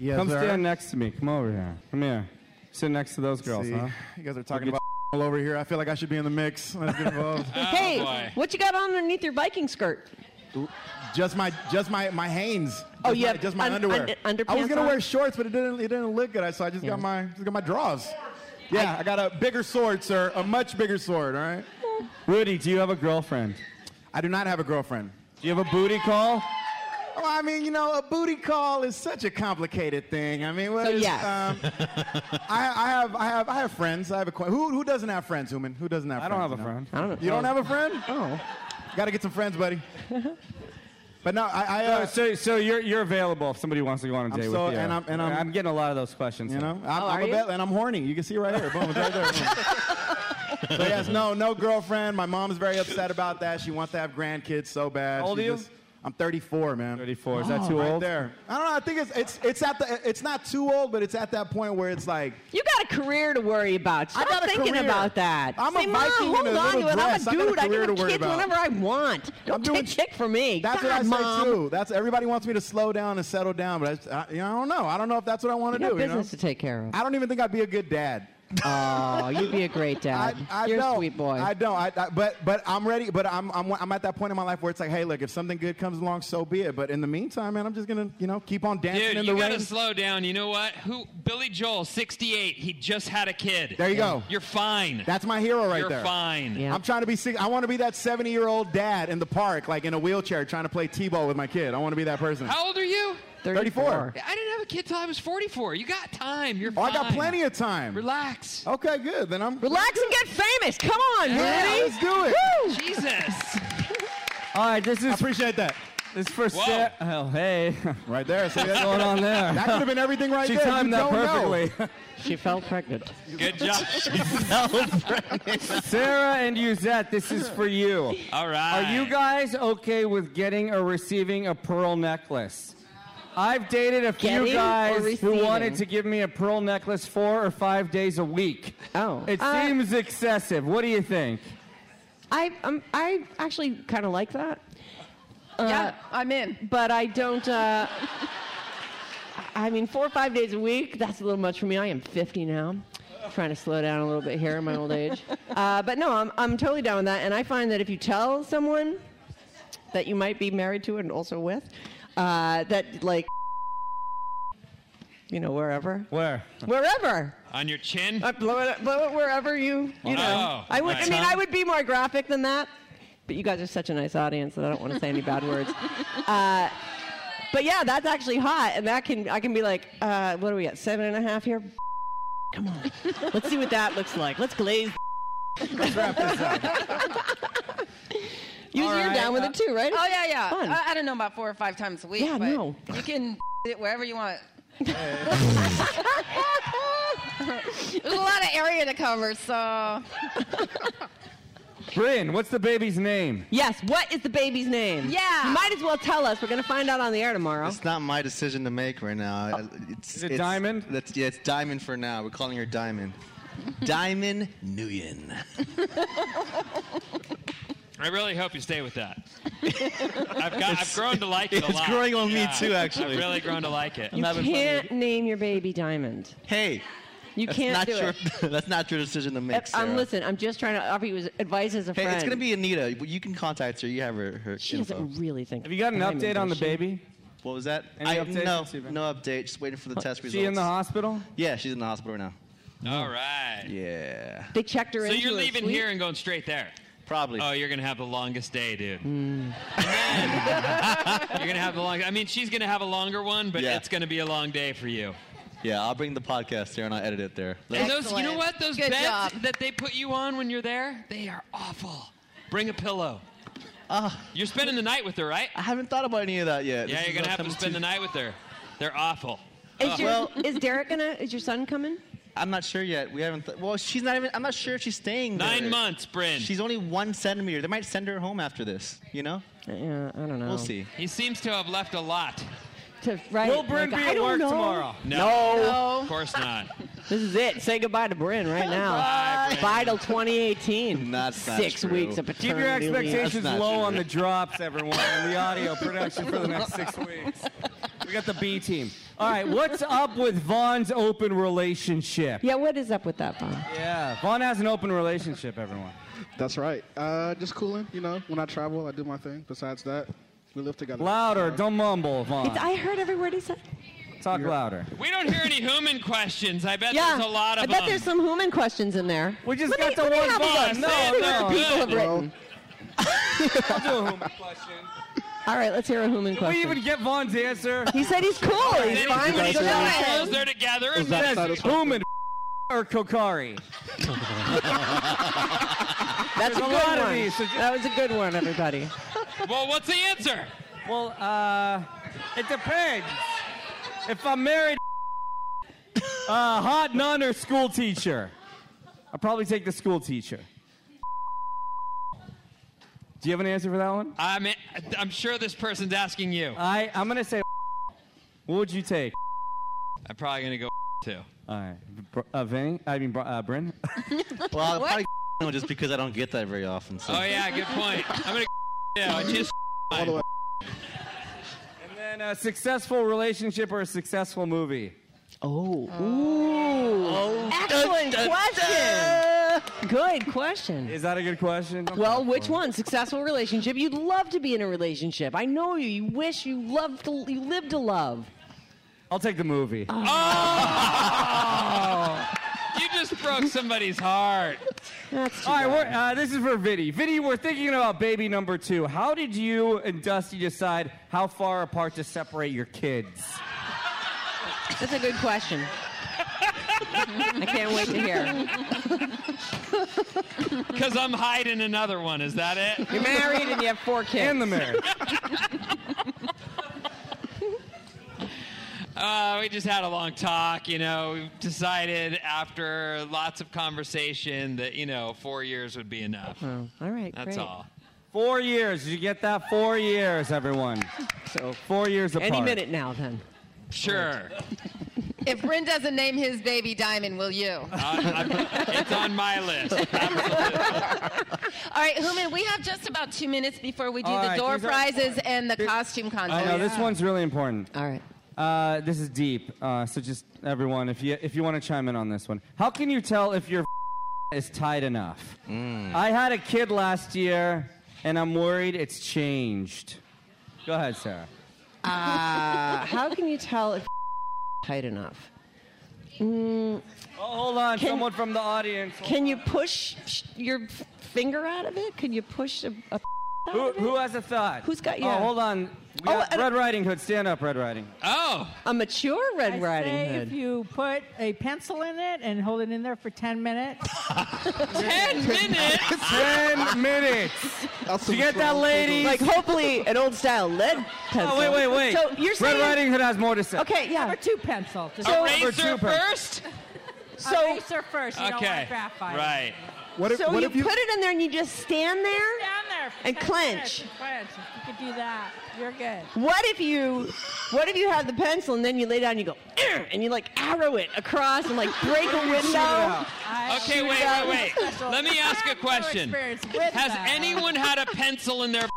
[SPEAKER 3] Yes,
[SPEAKER 2] Come
[SPEAKER 3] sir.
[SPEAKER 2] stand next to me. Come over here. Come here. Sit next to those girls,
[SPEAKER 3] See,
[SPEAKER 2] huh?
[SPEAKER 3] You guys are talking about all over here. I feel like I should be in the mix. Let's get involved.
[SPEAKER 5] Oh,
[SPEAKER 6] hey, what you got on underneath your Viking skirt?
[SPEAKER 3] Just my, just my, my Hanes.
[SPEAKER 6] Oh,
[SPEAKER 3] just
[SPEAKER 6] you
[SPEAKER 3] my,
[SPEAKER 6] have
[SPEAKER 3] just my
[SPEAKER 6] un-
[SPEAKER 3] underwear.
[SPEAKER 6] un-
[SPEAKER 3] I was
[SPEAKER 6] underpants
[SPEAKER 3] gonna
[SPEAKER 6] on?
[SPEAKER 3] wear shorts, but it didn't, it didn't look good. I- So I just
[SPEAKER 6] Yeah.
[SPEAKER 3] got my, just got my draws. Yeah, I, got a bigger sword, sir. A much bigger sword. All right.
[SPEAKER 2] Rudy, do you have a girlfriend?
[SPEAKER 3] I do not have a girlfriend.
[SPEAKER 2] Do you have a booty call?
[SPEAKER 3] Well, I mean, you know, a booty call is such a complicated thing. I mean, what
[SPEAKER 6] So
[SPEAKER 3] is-
[SPEAKER 6] yes.
[SPEAKER 3] um, I, I have, I have, I have friends. I have a who, who doesn't have friends, Human? Who doesn't have?
[SPEAKER 2] I
[SPEAKER 3] friends,
[SPEAKER 2] don't have a
[SPEAKER 3] you know?
[SPEAKER 2] friend. I don't
[SPEAKER 3] You don't have a friend? Oh. Got to get some friends, buddy. But no, I. I uh,
[SPEAKER 2] so, so you're you're available if somebody wants to go on a
[SPEAKER 3] I'm
[SPEAKER 2] date
[SPEAKER 3] so-
[SPEAKER 2] with you.
[SPEAKER 3] and I'm- and I'm-
[SPEAKER 2] getting a lot of those questions.
[SPEAKER 3] you
[SPEAKER 2] now.
[SPEAKER 3] know, I'm,
[SPEAKER 2] Oh,
[SPEAKER 3] I'm
[SPEAKER 2] are
[SPEAKER 3] a
[SPEAKER 2] you?
[SPEAKER 3] vet and I'm horny. You can see right here. Boom, it's right there. Boom. so yes, no, no girlfriend. My mom's very upset about that. She wants to have grandkids so bad.
[SPEAKER 2] How old
[SPEAKER 3] She
[SPEAKER 2] are you?
[SPEAKER 3] just- I'm 34, man.
[SPEAKER 2] 34. Is that
[SPEAKER 3] Oh,
[SPEAKER 2] too
[SPEAKER 3] right
[SPEAKER 2] old?
[SPEAKER 3] There. I don't know. I think it's it's it's at the it's not too old, but it's at that point where it's like
[SPEAKER 6] You got a career to worry about. Stop
[SPEAKER 3] I got a
[SPEAKER 6] thinking
[SPEAKER 3] career.
[SPEAKER 6] about that.
[SPEAKER 3] I'm a
[SPEAKER 6] Say, Mom,
[SPEAKER 3] Viking in
[SPEAKER 6] hold
[SPEAKER 3] a
[SPEAKER 6] on
[SPEAKER 3] little
[SPEAKER 6] to it.
[SPEAKER 3] dress. I
[SPEAKER 6] I'm
[SPEAKER 3] got
[SPEAKER 6] a
[SPEAKER 3] a
[SPEAKER 6] dude. I,
[SPEAKER 3] career
[SPEAKER 6] give
[SPEAKER 3] to worry
[SPEAKER 6] kids
[SPEAKER 3] about.
[SPEAKER 6] whenever I want. Don't take shit from me.
[SPEAKER 3] That's
[SPEAKER 6] God,
[SPEAKER 3] what I
[SPEAKER 6] Mom.
[SPEAKER 3] say too. That's everybody wants me to slow down and settle down, but I, just- I, you know, I don't know. I don't know if that's what I want
[SPEAKER 6] You
[SPEAKER 3] to
[SPEAKER 6] got
[SPEAKER 3] do.
[SPEAKER 6] business to
[SPEAKER 3] you know?
[SPEAKER 6] take care of.
[SPEAKER 3] I don't even think I'd be a good dad.
[SPEAKER 6] Oh, you'd be a great dad.
[SPEAKER 3] I
[SPEAKER 6] You're
[SPEAKER 3] don't.
[SPEAKER 6] a sweet boy.
[SPEAKER 3] I don't. I, I, but but I'm ready. But I'm, I'm I'm at that point in my life where it's like, hey, look, if something good comes along, so be it. But in the meantime, man, I'm just gonna you know keep on dancing
[SPEAKER 5] Dude,
[SPEAKER 3] in
[SPEAKER 5] you
[SPEAKER 3] the
[SPEAKER 5] gotta
[SPEAKER 3] rain.
[SPEAKER 5] slow down. You know what? Who? Billy Joel, 68. He just had a kid.
[SPEAKER 3] There you go.
[SPEAKER 5] You're fine.
[SPEAKER 3] That's my hero right
[SPEAKER 5] You're
[SPEAKER 3] there.
[SPEAKER 5] fine.
[SPEAKER 3] I'm trying to be sick. I want to be that 70 year old dad in the park, like in a wheelchair, trying to play t-ball with my kid. I want to be that person.
[SPEAKER 5] How old are you?
[SPEAKER 3] 34.
[SPEAKER 5] I didn't have a kid till I was 44. You got time. You're
[SPEAKER 3] Oh,
[SPEAKER 5] fine.
[SPEAKER 3] I got plenty of time.
[SPEAKER 5] Relax.
[SPEAKER 3] Okay, good. Then I'm
[SPEAKER 6] Relax and get famous. Come on,
[SPEAKER 3] Yeah,
[SPEAKER 6] Rudy.
[SPEAKER 3] let's do it.
[SPEAKER 5] Jesus.
[SPEAKER 2] All right, this is.
[SPEAKER 3] appreciate that.
[SPEAKER 2] It's for
[SPEAKER 3] Whoa.
[SPEAKER 2] Sarah. Oh, hey.
[SPEAKER 3] Right there. See
[SPEAKER 2] What's
[SPEAKER 3] that-
[SPEAKER 2] going on there?
[SPEAKER 3] That could have been everything right
[SPEAKER 2] she
[SPEAKER 3] there.
[SPEAKER 2] She timed
[SPEAKER 3] You
[SPEAKER 2] that
[SPEAKER 3] don't know.
[SPEAKER 2] perfectly. she fell pregnant.
[SPEAKER 5] Good job. She fell pregnant.
[SPEAKER 2] Sarah and Yuzette, this is for you.
[SPEAKER 5] All right.
[SPEAKER 2] Are you guys okay with getting or receiving a pearl necklace? I've dated a few
[SPEAKER 6] Getting or
[SPEAKER 2] guys who wanted
[SPEAKER 6] receiving?
[SPEAKER 2] to give me a pearl necklace four or five days a week.
[SPEAKER 6] Oh.
[SPEAKER 2] It
[SPEAKER 6] Uh,
[SPEAKER 2] seems excessive. What do you think?
[SPEAKER 6] I um, I actually kind of like that. yeah,
[SPEAKER 4] I'm in.
[SPEAKER 6] But I don't. Uh, I mean, four or five days a week—that's a little much for me. I am 50 now. Trying to slow down a little bit here in my old age. Uh, but no, I'm I'm totally down with that. And I find that if you tell someone that you might be married to and also with, uh, that like, you know, wherever,
[SPEAKER 2] Where?
[SPEAKER 6] wherever.
[SPEAKER 5] On your chin?
[SPEAKER 6] I blow it, blow it wherever you, you know.
[SPEAKER 5] Wow.
[SPEAKER 6] I would. I
[SPEAKER 5] Nice.
[SPEAKER 6] mean, I would be more graphic than that, but you guys are such a nice audience that I don't want to say any bad words. Uh, but yeah, that's actually hot, and that can I can be like, uh, what are we at? Seven and a half here. Come on, let's see what that looks like. Let's glaze. You,
[SPEAKER 4] All
[SPEAKER 6] you're
[SPEAKER 4] right,
[SPEAKER 6] down with
[SPEAKER 4] uh,
[SPEAKER 6] it too, right?
[SPEAKER 4] Oh yeah, yeah.
[SPEAKER 6] Fun.
[SPEAKER 4] I, I don't know about four or five times a week.
[SPEAKER 6] Yeah,
[SPEAKER 4] but
[SPEAKER 6] no.
[SPEAKER 4] You can it wherever you want. There's a lot of area to cover, so
[SPEAKER 2] Bryn, what's the baby's name?
[SPEAKER 6] Yes. What is the baby's name?
[SPEAKER 4] Yeah.
[SPEAKER 6] You might as well tell us. We're gonna find out on the air tomorrow.
[SPEAKER 10] It's not my decision to make right now. It's,
[SPEAKER 6] Uh, Is it
[SPEAKER 10] it's-
[SPEAKER 6] Diamond?
[SPEAKER 10] That's, yeah, it's Diamond for now. We're calling her Diamond. Diamond Nguyen.
[SPEAKER 5] I really hope you stay with that. I've, got, I've grown to like it a
[SPEAKER 10] it's
[SPEAKER 5] lot.
[SPEAKER 10] growing on me
[SPEAKER 5] Yeah,
[SPEAKER 10] too, actually.
[SPEAKER 5] I've really grown to like it.
[SPEAKER 6] You can't name your baby Diamond.
[SPEAKER 10] Hey.
[SPEAKER 6] You
[SPEAKER 10] that's
[SPEAKER 6] can't
[SPEAKER 10] not
[SPEAKER 6] do
[SPEAKER 10] your,
[SPEAKER 6] it. Uh,
[SPEAKER 10] that's not your decision to make, Sarah.
[SPEAKER 6] I'm um, listen. I'm just trying to offer you as- advice as a
[SPEAKER 10] Hey,
[SPEAKER 6] friend.
[SPEAKER 10] it's gonna be Anita. You can contact her. You have her. her
[SPEAKER 6] She doesn't really think.
[SPEAKER 2] Have you got an
[SPEAKER 6] Diamond,
[SPEAKER 2] update on the
[SPEAKER 6] does she?
[SPEAKER 2] baby?
[SPEAKER 10] What was that?
[SPEAKER 2] Any
[SPEAKER 10] I,
[SPEAKER 2] updates?
[SPEAKER 10] no,
[SPEAKER 2] Let's see if I-
[SPEAKER 10] no update. Just waiting for the test results.
[SPEAKER 2] She in the hospital?
[SPEAKER 10] Yeah, she's in the hospital right now.
[SPEAKER 5] All right.
[SPEAKER 10] Yeah.
[SPEAKER 6] They checked her
[SPEAKER 5] So
[SPEAKER 6] into
[SPEAKER 5] you're
[SPEAKER 6] a
[SPEAKER 5] leaving
[SPEAKER 6] suite?
[SPEAKER 5] here and going straight there?
[SPEAKER 10] Probably.
[SPEAKER 5] Oh, you're going to have the longest day, dude.
[SPEAKER 6] Mm.
[SPEAKER 5] you're going to have the long. I mean, she's going to have a longer one, but it's going to be a long day for you.
[SPEAKER 10] Yeah, I'll bring the podcast there and I'll edit it there.
[SPEAKER 5] And those, you know
[SPEAKER 10] Excellent.
[SPEAKER 5] what? Those
[SPEAKER 10] Good
[SPEAKER 5] beds
[SPEAKER 10] job.
[SPEAKER 5] that they put you on when you're there, they are awful. Bring a pillow. you're spending the night with her, right?
[SPEAKER 10] Ah. I haven't thought about any of that yet.
[SPEAKER 5] Yeah,
[SPEAKER 10] This
[SPEAKER 5] you're
[SPEAKER 10] is
[SPEAKER 5] going to
[SPEAKER 10] us
[SPEAKER 5] have to
[SPEAKER 10] coming
[SPEAKER 5] spend the night with her. They're awful.
[SPEAKER 6] Is,
[SPEAKER 5] Ugh.
[SPEAKER 6] your, is Derek gonna? Is your son coming?
[SPEAKER 10] I'm not sure yet. We haven't. Th- well, she's not even. I'm not sure if she's staying.
[SPEAKER 5] Nine
[SPEAKER 10] there.
[SPEAKER 5] months, Bryn.
[SPEAKER 10] She's only one centimeter. They might send her home after this. You know?
[SPEAKER 6] Uh, Yeah, I don't know.
[SPEAKER 10] We'll see.
[SPEAKER 5] He seems to have left a lot.
[SPEAKER 6] To right?
[SPEAKER 5] Will Bryn
[SPEAKER 6] like,
[SPEAKER 5] be
[SPEAKER 6] I
[SPEAKER 5] at
[SPEAKER 6] don't
[SPEAKER 5] work
[SPEAKER 6] know.
[SPEAKER 5] tomorrow? No.
[SPEAKER 6] No.
[SPEAKER 5] Of course not.
[SPEAKER 6] This is it. Say goodbye to Bryn right now.
[SPEAKER 5] Bye, Bryn.
[SPEAKER 6] Vital 2018.
[SPEAKER 10] That's not
[SPEAKER 6] six
[SPEAKER 10] true.
[SPEAKER 6] weeks of paternity.
[SPEAKER 2] Keep your expectations
[SPEAKER 6] leave.
[SPEAKER 2] low on the drops, everyone, and the audio production for the next six weeks. We got the B team. All right, what's up with Vaughn's open relationship?
[SPEAKER 6] Yeah, what is up with that, Vaughn?
[SPEAKER 2] Yeah, Vaughn has an open relationship, everyone.
[SPEAKER 13] That's right. Uh, just cooling, you know. When I travel, I do my thing. Besides that, we live together.
[SPEAKER 2] Louder, don't mumble, Vaughn.
[SPEAKER 6] It's, I heard every word he said.
[SPEAKER 2] Talk louder.
[SPEAKER 5] We don't hear any human questions. I bet
[SPEAKER 6] yeah,
[SPEAKER 5] there's a lot of
[SPEAKER 6] I bet
[SPEAKER 5] them.
[SPEAKER 6] there's some human questions in there.
[SPEAKER 2] We just
[SPEAKER 6] let
[SPEAKER 2] got
[SPEAKER 6] me,
[SPEAKER 2] the
[SPEAKER 6] let me
[SPEAKER 2] one
[SPEAKER 6] have a
[SPEAKER 2] Vaughn.
[SPEAKER 6] look.
[SPEAKER 2] No,
[SPEAKER 6] Let's see
[SPEAKER 2] no,
[SPEAKER 6] what people have
[SPEAKER 2] good.
[SPEAKER 6] written. All right, let's hear a
[SPEAKER 2] Did
[SPEAKER 6] human
[SPEAKER 2] we
[SPEAKER 6] question.
[SPEAKER 2] even get Vaughn's answer?
[SPEAKER 6] He said he's cool. He's fine.
[SPEAKER 2] He's
[SPEAKER 6] He's
[SPEAKER 2] fine.
[SPEAKER 6] fine.
[SPEAKER 5] They're together.
[SPEAKER 2] It
[SPEAKER 5] And
[SPEAKER 2] says human or Kokari.
[SPEAKER 6] That's
[SPEAKER 2] There's
[SPEAKER 6] a
[SPEAKER 2] a
[SPEAKER 6] good
[SPEAKER 2] lot of
[SPEAKER 6] one.
[SPEAKER 2] these, so ju-
[SPEAKER 6] that was a good one, everybody.
[SPEAKER 5] well, what's the answer?
[SPEAKER 2] Well, uh, it depends. If I'm married, uh, hot nun or school teacher, I'll probably take the school teacher. Do you have an answer for that one?
[SPEAKER 5] I'm, I'm sure this person's asking you.
[SPEAKER 2] I, I'm gonna say, what would you take?
[SPEAKER 5] I'm probably going to go too.
[SPEAKER 2] All right, Br- uh, Vinny, I mean, Br- uh, Bryn.
[SPEAKER 10] Well, I'll probably no, just because I don't get that very often. So.
[SPEAKER 5] Oh, yeah, good point. I'm going to now. It's just fine.
[SPEAKER 2] And then a successful relationship or a successful movie?
[SPEAKER 6] Oh. Ooh. Excellent question. Good question.
[SPEAKER 2] Is that a good question?
[SPEAKER 6] Well, which one? Successful relationship. You'd love to be in a relationship. I know you. You wish you loved to, you lived to love.
[SPEAKER 2] I'll take the movie.
[SPEAKER 6] Oh.
[SPEAKER 5] You just broke somebody's heart.
[SPEAKER 6] That's
[SPEAKER 2] All right, we're, uh, this is for Vinny. Vinny, we're thinking about baby number two. How did you and Dusty decide how far apart to separate your kids?
[SPEAKER 6] That's a good question. I can't wait to hear.
[SPEAKER 5] Because I'm hiding another one. Is that it?
[SPEAKER 6] You're married and you have four kids.
[SPEAKER 2] In the marriage.
[SPEAKER 5] Uh, we just had a long talk. You know, we decided after lots of conversation that you know four years would be enough.
[SPEAKER 2] Oh,
[SPEAKER 6] all right,
[SPEAKER 5] That's
[SPEAKER 6] great.
[SPEAKER 5] all.
[SPEAKER 2] Four years. Did you get that? Four years, everyone. So four years apart.
[SPEAKER 6] Any minute now, then.
[SPEAKER 5] Sure.
[SPEAKER 4] If Bryn doesn't name his baby Diamond, will you?
[SPEAKER 2] Uh,
[SPEAKER 5] Uh, it's on my list.
[SPEAKER 4] All right, Human, we have just about two minutes before we do
[SPEAKER 2] All
[SPEAKER 4] the
[SPEAKER 2] right,
[SPEAKER 4] door
[SPEAKER 2] these are-
[SPEAKER 4] prizes and the costume contest.
[SPEAKER 2] I know this one's really important.
[SPEAKER 6] Oh, All right.
[SPEAKER 2] Uh, this is deep. Uh, so just everyone, if you if you want to chime in on this one, how can you tell if your is tight enough? I had a kid last year, and I'm worried it's changed. Go ahead, Sarah.
[SPEAKER 6] Uh, how can you tell if tight enough? Mm,
[SPEAKER 2] Oh, hold on,
[SPEAKER 6] Can-
[SPEAKER 2] someone from the audience.
[SPEAKER 6] can you push sh- your f- finger out of it? Can you push a, a out
[SPEAKER 2] Who,
[SPEAKER 6] of it?
[SPEAKER 2] who has a thought?
[SPEAKER 6] Who's got-
[SPEAKER 2] Oh,
[SPEAKER 6] yeah. Oh,
[SPEAKER 2] hold on. We got Red Riding Hood, stand up, Red Riding.
[SPEAKER 5] Oh,
[SPEAKER 6] a mature Red
[SPEAKER 14] I
[SPEAKER 6] Riding
[SPEAKER 14] say
[SPEAKER 6] Hood.
[SPEAKER 14] if you put a pencil in it and hold it in there for 10 minutes. 10 minutes?
[SPEAKER 2] Ten minutes.
[SPEAKER 14] some get that, strong ladies?
[SPEAKER 6] Like hopefully an old style lead pencil.
[SPEAKER 2] Oh, wait, wait, wait.
[SPEAKER 6] So you're
[SPEAKER 2] Red
[SPEAKER 6] saying
[SPEAKER 2] Riding Hood has more to say.
[SPEAKER 6] Okay, yeah.
[SPEAKER 14] Number two pencil.
[SPEAKER 6] So-
[SPEAKER 14] So
[SPEAKER 6] So-
[SPEAKER 14] eraser first. You don't
[SPEAKER 5] Okay.
[SPEAKER 14] want graphite.
[SPEAKER 5] Right.
[SPEAKER 3] What if-
[SPEAKER 6] so
[SPEAKER 3] what
[SPEAKER 6] you,
[SPEAKER 3] if you-
[SPEAKER 6] put it in there and you just stand there.
[SPEAKER 14] Stand there for
[SPEAKER 6] And
[SPEAKER 14] 10
[SPEAKER 6] clench.
[SPEAKER 14] minutes, Clench. If you could do that, you're good.
[SPEAKER 6] What if you, what if you have the pencil and then you lay down and you go, "Er," and you like arrow it across and like break a window?
[SPEAKER 5] Okay, wait, wait, wait. Let me ask a question.
[SPEAKER 6] experience with
[SPEAKER 5] Has
[SPEAKER 6] that.
[SPEAKER 5] anyone had a pencil in their?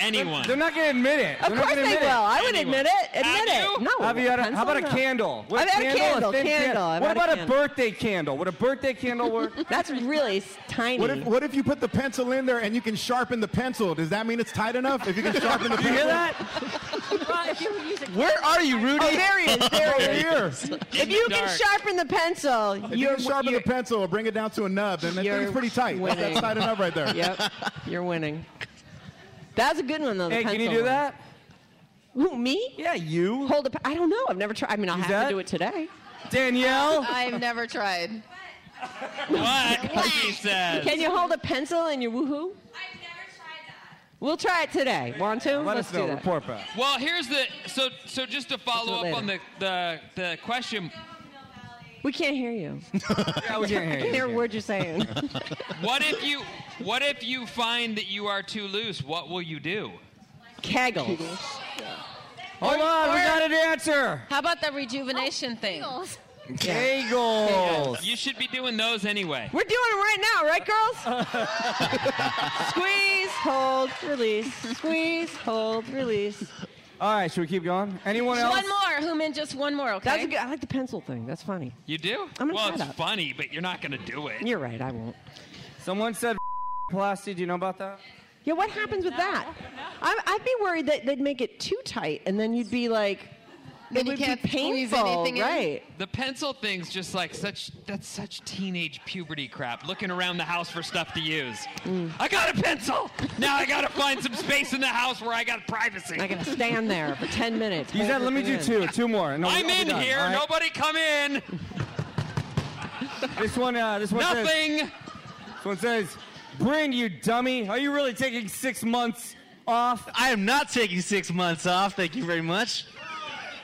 [SPEAKER 5] Anyone?
[SPEAKER 2] They're not going to admit it.
[SPEAKER 6] Of
[SPEAKER 2] They're not
[SPEAKER 6] course
[SPEAKER 2] gonna
[SPEAKER 6] they
[SPEAKER 2] admit
[SPEAKER 6] will.
[SPEAKER 2] it.
[SPEAKER 6] I would admit it. Admit
[SPEAKER 2] Have
[SPEAKER 6] it.
[SPEAKER 2] you?
[SPEAKER 6] No.
[SPEAKER 2] Have you had a- how about a
[SPEAKER 6] pencil, no.
[SPEAKER 2] candle?
[SPEAKER 6] I've had a candle.
[SPEAKER 2] thin
[SPEAKER 6] Candle. I've
[SPEAKER 2] What
[SPEAKER 6] had a
[SPEAKER 2] about a
[SPEAKER 6] candle.
[SPEAKER 2] birthday candle? Would a birthday candle work?
[SPEAKER 6] That's really tiny.
[SPEAKER 3] What if, what if you put the pencil in there and you can sharpen the pencil? Does that mean it's tight enough? If you can sharpen the
[SPEAKER 2] You
[SPEAKER 3] pencil.
[SPEAKER 2] hear that?
[SPEAKER 14] Well, if you use a
[SPEAKER 3] Where are you, Rudy?
[SPEAKER 6] Oh, there he is. There he
[SPEAKER 3] Over
[SPEAKER 6] is.
[SPEAKER 3] here.
[SPEAKER 6] If you can sharpen the pencil,
[SPEAKER 3] If you
[SPEAKER 6] you're
[SPEAKER 3] can sharpen the pencil or bring it down to a nub, then that
[SPEAKER 6] you're
[SPEAKER 3] thing's pretty tight. That's-
[SPEAKER 6] winning.
[SPEAKER 3] That's tight enough right there.
[SPEAKER 6] Yep. You're winning. That's a good one though. the
[SPEAKER 2] Hey, can you
[SPEAKER 6] pencil
[SPEAKER 2] do
[SPEAKER 6] one.
[SPEAKER 2] that?
[SPEAKER 6] Who me?
[SPEAKER 2] Yeah, you.
[SPEAKER 6] Hold up. I don't know. I've never tried. I mean, I'll
[SPEAKER 2] Use
[SPEAKER 6] have
[SPEAKER 2] that?
[SPEAKER 6] to do it today.
[SPEAKER 2] Danielle?
[SPEAKER 4] I've never tried.
[SPEAKER 5] What? She says.
[SPEAKER 6] Can you hold a pencil in your woohoo? I've never tried that. We'll try it today. Want to?
[SPEAKER 2] Let
[SPEAKER 6] Let's
[SPEAKER 2] us know.
[SPEAKER 6] do that.
[SPEAKER 2] Report back.
[SPEAKER 5] Well, here's the so so just to follow
[SPEAKER 6] Let's
[SPEAKER 5] up
[SPEAKER 6] do it
[SPEAKER 5] on the the the question.
[SPEAKER 6] We can't hear you.
[SPEAKER 2] Yeah, we can't hear
[SPEAKER 6] I
[SPEAKER 2] you.
[SPEAKER 6] can't hear a word you're saying.
[SPEAKER 5] What if you what if you find that you are too loose? What will you do?
[SPEAKER 6] Kegels.
[SPEAKER 2] Hold on, we got an answer.
[SPEAKER 4] How about the rejuvenation thing?
[SPEAKER 2] Kegels.
[SPEAKER 5] You should be doing those anyway.
[SPEAKER 6] We're doing them right now, right, girls? Squeeze, hold, release. Squeeze, hold, release.
[SPEAKER 2] All right, should we keep going? Anyone else?
[SPEAKER 4] One more, Human, just one more, okay?
[SPEAKER 6] That's a good. I like the pencil thing. That's funny.
[SPEAKER 5] You do?
[SPEAKER 6] I'm gonna
[SPEAKER 5] well,
[SPEAKER 6] try
[SPEAKER 5] it's
[SPEAKER 6] that.
[SPEAKER 5] funny, but you're not gonna do it.
[SPEAKER 6] You're right. I won't.
[SPEAKER 2] Someone said plastic. Do you know about that?
[SPEAKER 6] Yeah, what happens with that? I'm, I'd be worried that they'd make it too tight, and then you'd be like,
[SPEAKER 4] Then
[SPEAKER 6] it
[SPEAKER 4] you
[SPEAKER 6] would
[SPEAKER 4] can't
[SPEAKER 6] be
[SPEAKER 4] squeeze
[SPEAKER 6] painful,
[SPEAKER 4] anything in.
[SPEAKER 6] right?
[SPEAKER 5] The pencil thing's just like such that's such teenage puberty crap. Looking around the house for stuff to use.
[SPEAKER 6] Mm.
[SPEAKER 5] I got a pencil. Now I gotta find some space in the house where I got privacy.
[SPEAKER 6] I gotta stand there for ten minutes.
[SPEAKER 2] You said,
[SPEAKER 6] hold
[SPEAKER 2] let me do
[SPEAKER 6] everything
[SPEAKER 2] two, two more. and I'll-
[SPEAKER 5] I'm
[SPEAKER 2] I'll be
[SPEAKER 5] in
[SPEAKER 2] done,
[SPEAKER 5] here.
[SPEAKER 2] all right?
[SPEAKER 5] Nobody come in.
[SPEAKER 2] This one, uh, this one says-
[SPEAKER 5] Nothing.
[SPEAKER 2] This one says, Bryn, you dummy, are you really taking six months off?
[SPEAKER 10] I am not taking six months off. Thank you very much.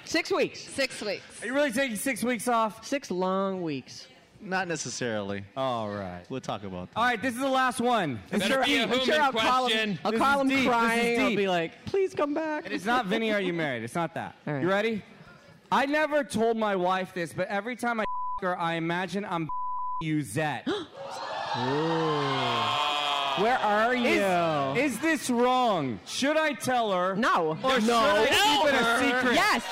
[SPEAKER 6] Six weeks.
[SPEAKER 4] Six weeks.
[SPEAKER 2] Are you really taking six weeks off?
[SPEAKER 6] Six long weeks.
[SPEAKER 10] Not necessarily.
[SPEAKER 2] All right.
[SPEAKER 10] We'll talk about that.
[SPEAKER 2] All right, this is the last one. This
[SPEAKER 5] Better
[SPEAKER 2] is
[SPEAKER 5] be a
[SPEAKER 2] deep.
[SPEAKER 5] human
[SPEAKER 6] call him.
[SPEAKER 5] question.
[SPEAKER 6] I'll
[SPEAKER 2] This
[SPEAKER 6] call
[SPEAKER 2] is
[SPEAKER 6] him
[SPEAKER 2] deep. This is
[SPEAKER 6] crying. I'll
[SPEAKER 2] deep.
[SPEAKER 6] be like, please come back.
[SPEAKER 2] It's not Vinny, are you married? It's not that.
[SPEAKER 6] All right.
[SPEAKER 2] You ready? I never told my wife this, but every time I her, I imagine I'm you, Zet.
[SPEAKER 6] Where are you?
[SPEAKER 2] Is this wrong? Should I tell her?
[SPEAKER 6] no.
[SPEAKER 2] Or should I
[SPEAKER 5] Tell
[SPEAKER 2] keep it a
[SPEAKER 5] her.
[SPEAKER 2] secret?
[SPEAKER 6] Yes.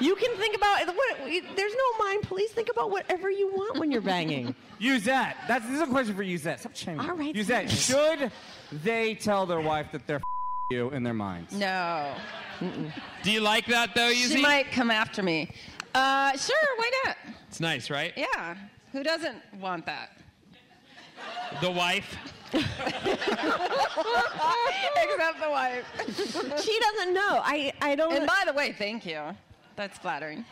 [SPEAKER 6] You can think about what. There's no mind. Please think about whatever you want when you're banging.
[SPEAKER 2] Uzette, that's this is a question for Uzette. Stop chiming.
[SPEAKER 6] All right,
[SPEAKER 2] Uzette, should they tell their wife that they're you in their minds?
[SPEAKER 4] No.
[SPEAKER 5] Do you like that though,
[SPEAKER 4] She
[SPEAKER 5] Yuzi?
[SPEAKER 4] might come after me. Uh, sure, why not?
[SPEAKER 5] It's nice, right?
[SPEAKER 4] Yeah. Who doesn't want that?
[SPEAKER 5] The wife.
[SPEAKER 4] Except the wife.
[SPEAKER 6] she doesn't know. I, I don't.
[SPEAKER 4] And by the way, thank you. That's flattering.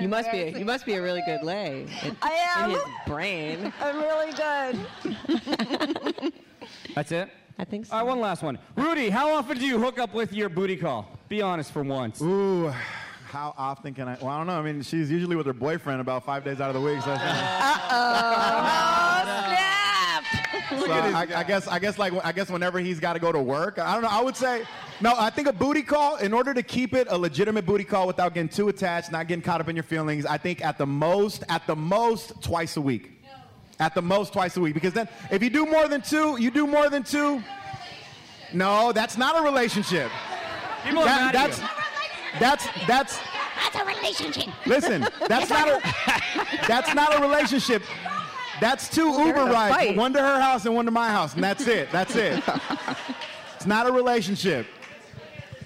[SPEAKER 6] you must be. You must be a really good lay. in-
[SPEAKER 4] I am.
[SPEAKER 6] In his brain.
[SPEAKER 4] I'm really good.
[SPEAKER 2] That's it.
[SPEAKER 6] I think so.
[SPEAKER 2] All right, one last one. Rudy, how often do you hook up with your booty call? Be honest for once.
[SPEAKER 3] Ooh, how often can I? Well, I don't know. I mean, she's usually with her boyfriend about five days out of the week. So, that's-
[SPEAKER 4] Oh,
[SPEAKER 3] so I, I guess I guess like I guess whenever he's got to go to work, I don't know. I would say no. I think a booty call, in order to keep it a legitimate booty call without getting too attached, not getting caught up in your feelings, I think at the most, at the most, twice a week. At the most, twice a week. Because then, if you do more than two, you do more than two. No, that's not a relationship.
[SPEAKER 1] People are mad at
[SPEAKER 3] that's, that's that's
[SPEAKER 1] That's a relationship.
[SPEAKER 3] Listen, that's not a that's not a relationship. That's two Uber
[SPEAKER 1] a
[SPEAKER 3] rides,
[SPEAKER 1] fight.
[SPEAKER 3] one to her house and one to my house, and that's it. That's it. it's not a relationship.